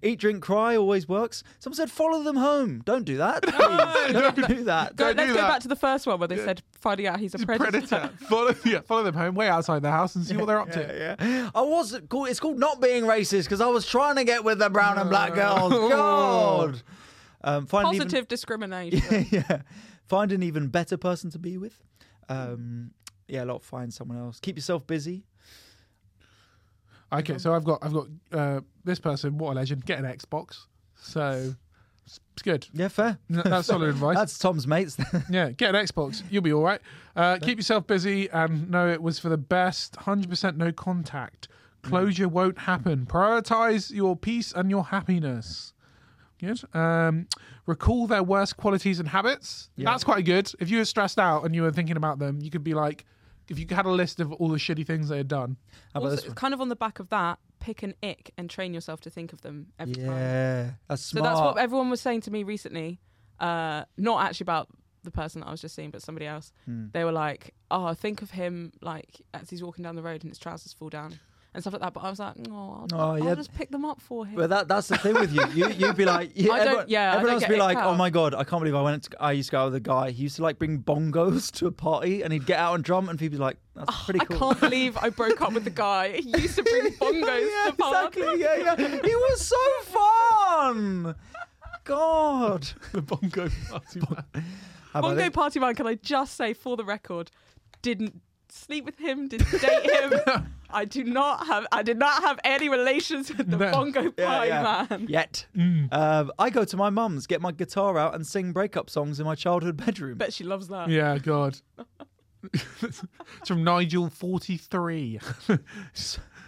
Speaker 2: Eat, drink, cry always works. Someone said, Follow them home. Don't do that. please. Don't do that.
Speaker 3: Go,
Speaker 1: Don't
Speaker 3: let's
Speaker 1: do
Speaker 3: go
Speaker 1: that.
Speaker 3: back to the first one where they said finding out he's a predator.
Speaker 1: predator. follow, yeah, follow them home, way outside the house, and see what they're up to.
Speaker 2: Yeah, yeah. I was called. It's called not being racist because I was trying to get with the brown and black girls. God. Um, find an even-
Speaker 3: Positive discrimination.
Speaker 2: yeah. Find an even better person to be with. Um, yeah, a lot. Find someone else. Keep yourself busy.
Speaker 1: Okay, so I've got I've got uh, this person. What a legend! Get an Xbox. So it's it's good.
Speaker 2: Yeah, fair.
Speaker 1: N- That's solid advice.
Speaker 2: That's Tom's mates.
Speaker 1: yeah, get an Xbox. You'll be all right. Uh, keep yourself busy and know it was for the best. Hundred percent no contact. Closure won't happen. Prioritize your peace and your happiness. Good. Um, recall their worst qualities and habits.
Speaker 2: Yeah.
Speaker 1: That's quite good. If you were stressed out and you were thinking about them, you could be like, if you had a list of all the shitty things they had done.
Speaker 2: How about
Speaker 3: also,
Speaker 2: this one?
Speaker 3: kind of on the back of that, pick an ick and train yourself to think of them every time.
Speaker 2: Yeah, that's
Speaker 3: So
Speaker 2: smart.
Speaker 3: that's what everyone was saying to me recently. Uh, not actually about the person that I was just seeing, but somebody else.
Speaker 2: Hmm.
Speaker 3: They were like, "Oh, think of him like as he's walking down the road and his trousers fall down and stuff like that." But I was like, "No, I'll,
Speaker 2: Oh,
Speaker 3: I'll
Speaker 2: yeah.
Speaker 3: just pick them up for him."
Speaker 2: But that, that's the thing with you. you you'd be like, yeah,
Speaker 3: I don't-
Speaker 2: everyone,
Speaker 3: yeah, I
Speaker 2: everyone
Speaker 3: don't
Speaker 2: else
Speaker 3: get
Speaker 2: be
Speaker 3: it
Speaker 2: like,
Speaker 3: how.
Speaker 2: oh my god, I can't believe I went. To, I used to go out with a guy. He used to like bring bongos to a party, and he'd get out and drum, and people be like, that's pretty
Speaker 3: Oh, I
Speaker 2: cool.
Speaker 3: can't believe I broke up with the guy. He used to bring bongos
Speaker 2: yeah,
Speaker 3: to parties.
Speaker 2: exactly. Yeah, yeah. He was so fun. God.
Speaker 1: The bongo party. man.
Speaker 2: How about
Speaker 3: Bongo
Speaker 2: this?
Speaker 3: Party Man, can I just say for the record, didn't sleep with him, didn't date him. I do not have I did not have any relations with the
Speaker 1: No.
Speaker 3: Bongo Party
Speaker 2: Yeah, yeah.
Speaker 3: Man.
Speaker 2: Yet,
Speaker 1: Mm.
Speaker 2: Um, I go to my mum's, get my guitar out, and sing breakup songs in my childhood bedroom.
Speaker 3: Bet she loves that.
Speaker 1: Yeah, God. it's from Nigel forty three.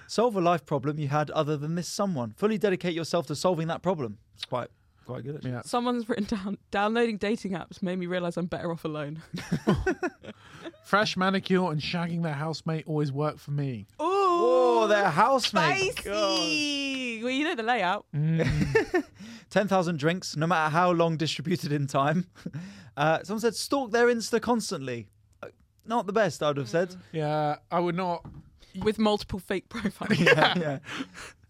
Speaker 2: Solve a life problem you had other than this someone. Fully dedicate yourself to solving that problem. It's quite quite good. Actually.
Speaker 1: Yeah.
Speaker 3: Someone's written down downloading dating apps made me realise I'm better off alone.
Speaker 1: Fresh manicure and shagging their housemate always work for me.
Speaker 3: Ooh,
Speaker 2: Oh, their housemate. God. Mm.
Speaker 3: spicy. Well, you know the layout.
Speaker 2: 10,000 drinks, no matter how long distributed in time. Uh, someone said stalk their Insta constantly. Uh, not the best, I'd have said.
Speaker 1: Yeah, I would not.
Speaker 3: with multiple fake profiles.
Speaker 2: Yeah. yeah.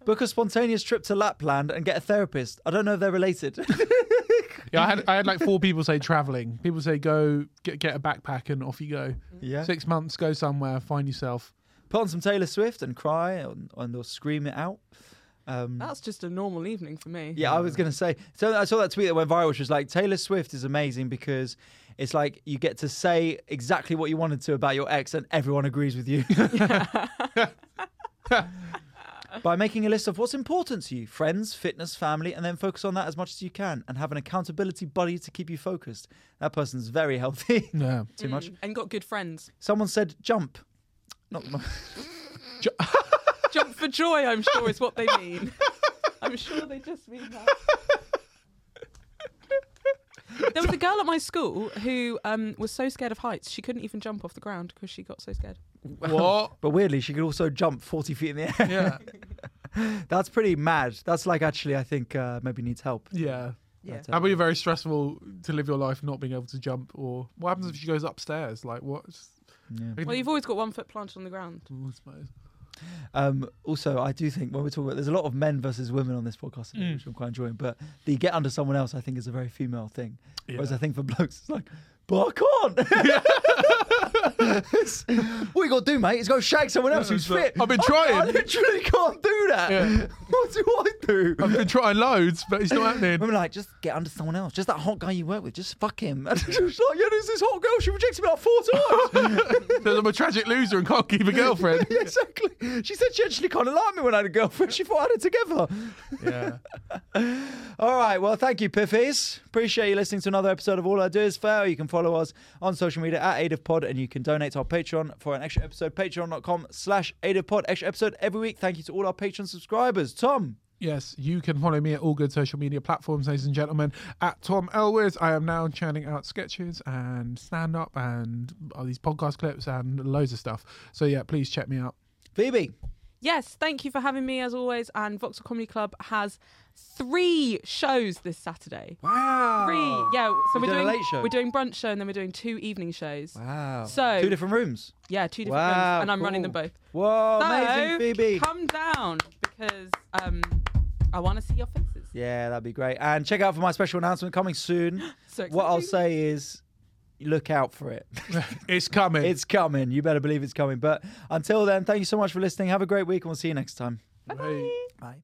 Speaker 2: Book a spontaneous trip to Lapland and get a therapist. I don't know if they're related.
Speaker 1: Yeah, I had I had like four people say traveling. People say go get get a backpack and off you go.
Speaker 2: yeah.
Speaker 1: Six months, go somewhere, find yourself.
Speaker 2: Put on some Taylor Swift and cry and, and or scream it out. Um,
Speaker 3: That's just a normal evening for me.
Speaker 2: Yeah, I was gonna say. So I saw that tweet that went viral, which was like Taylor Swift is amazing because it's like you get to say exactly what you wanted to about your ex, and everyone agrees with you. By making a list of what's important to you friends, fitness, family, and then focus on that as much as you can and have an accountability buddy to keep you focused. That person's very healthy.
Speaker 1: Yeah.
Speaker 2: Too much.
Speaker 3: Mm. And got good friends.
Speaker 2: Someone said jump. Not mu-
Speaker 3: Jump for joy, I'm sure, is what they mean. I'm sure they just mean that. There was a girl at my school who um, was so scared of heights, she couldn't even jump off the ground because she got so scared.
Speaker 1: What?
Speaker 2: But weirdly, she could also jump 40 feet in the air.
Speaker 1: Yeah.
Speaker 2: That's pretty mad. That's like actually, I think uh, maybe needs help.
Speaker 1: Yeah.
Speaker 3: Yeah.
Speaker 1: That would be very stressful to live your life not being able to jump. Or what happens if she goes upstairs? Like what?
Speaker 2: Yeah.
Speaker 3: Well, you've always got one foot planted on the ground.
Speaker 1: I suppose.
Speaker 2: Um, also, I do think when we're talking about, there's a lot of men versus women on this podcast, today, which I'm quite enjoying. But the get under someone else, I think, is a very female thing. Whereas
Speaker 1: Yeah.
Speaker 2: I think for blokes, it's like, but I can't. It's- what you got to do, mate, is go shag someone else who's
Speaker 1: it's like,
Speaker 2: fit.
Speaker 1: "I've been
Speaker 2: I- I
Speaker 1: trying."
Speaker 2: literally can't do that.
Speaker 1: Yeah.
Speaker 2: What do I do?
Speaker 1: I've been trying loads, but it's not happening.
Speaker 2: Women are like, just get under someone else. Just that hot guy you work with. Just fuck him. And she was like, yeah, there's this hot girl. She rejected me like four times.
Speaker 1: Because I'm a tragic loser and can't keep a girlfriend.
Speaker 2: yeah, exactly. She said she actually kind of liked me when I had a girlfriend. She thought I had it together.
Speaker 1: yeah.
Speaker 2: All right. Well, thank you, Piffies. Appreciate you listening to another episode of All I Do Is Fail. You can follow us on social media at AdivPod and you can donate to our Patreon for an extra episode. Patreon.com slash AdivPod. Extra episode every week. Thank you to all our Patreon subscribers. Tom.
Speaker 1: Yes, you can follow me at all good social media platforms, ladies and gentlemen. At Tom Elwes, I am now churning out sketches and stand up and all these podcast clips and loads of stuff. So, yeah, please check me out.
Speaker 2: Phoebe.
Speaker 3: Yes, thank you for having me as always. And Vauxhall Comedy Club has three shows this Saturday.
Speaker 2: Wow.
Speaker 3: Three, yeah. So
Speaker 2: You're Ah.
Speaker 3: we're
Speaker 2: doing a
Speaker 3: doing
Speaker 2: late show.
Speaker 3: we're doing brunch show and then we're doing two evening shows.
Speaker 2: Wow.
Speaker 3: So-
Speaker 2: two different rooms.
Speaker 3: Yeah, two different ones,
Speaker 2: Wow,
Speaker 3: and I'm running
Speaker 2: cool.
Speaker 3: them both.
Speaker 2: Whoa,
Speaker 3: so
Speaker 2: amazing, Phoebe.
Speaker 3: come down because um, I want to see your faces.
Speaker 2: Yeah, that'd be great. And check out for my special announcement coming soon.
Speaker 3: So
Speaker 2: what I'll
Speaker 3: exciting.
Speaker 2: say is look out for it.
Speaker 1: It's coming.
Speaker 2: It's coming. You better believe it's coming. But until then, thank you so much for listening. Have a great week and we'll see you next time.
Speaker 1: Bye.
Speaker 2: Bye.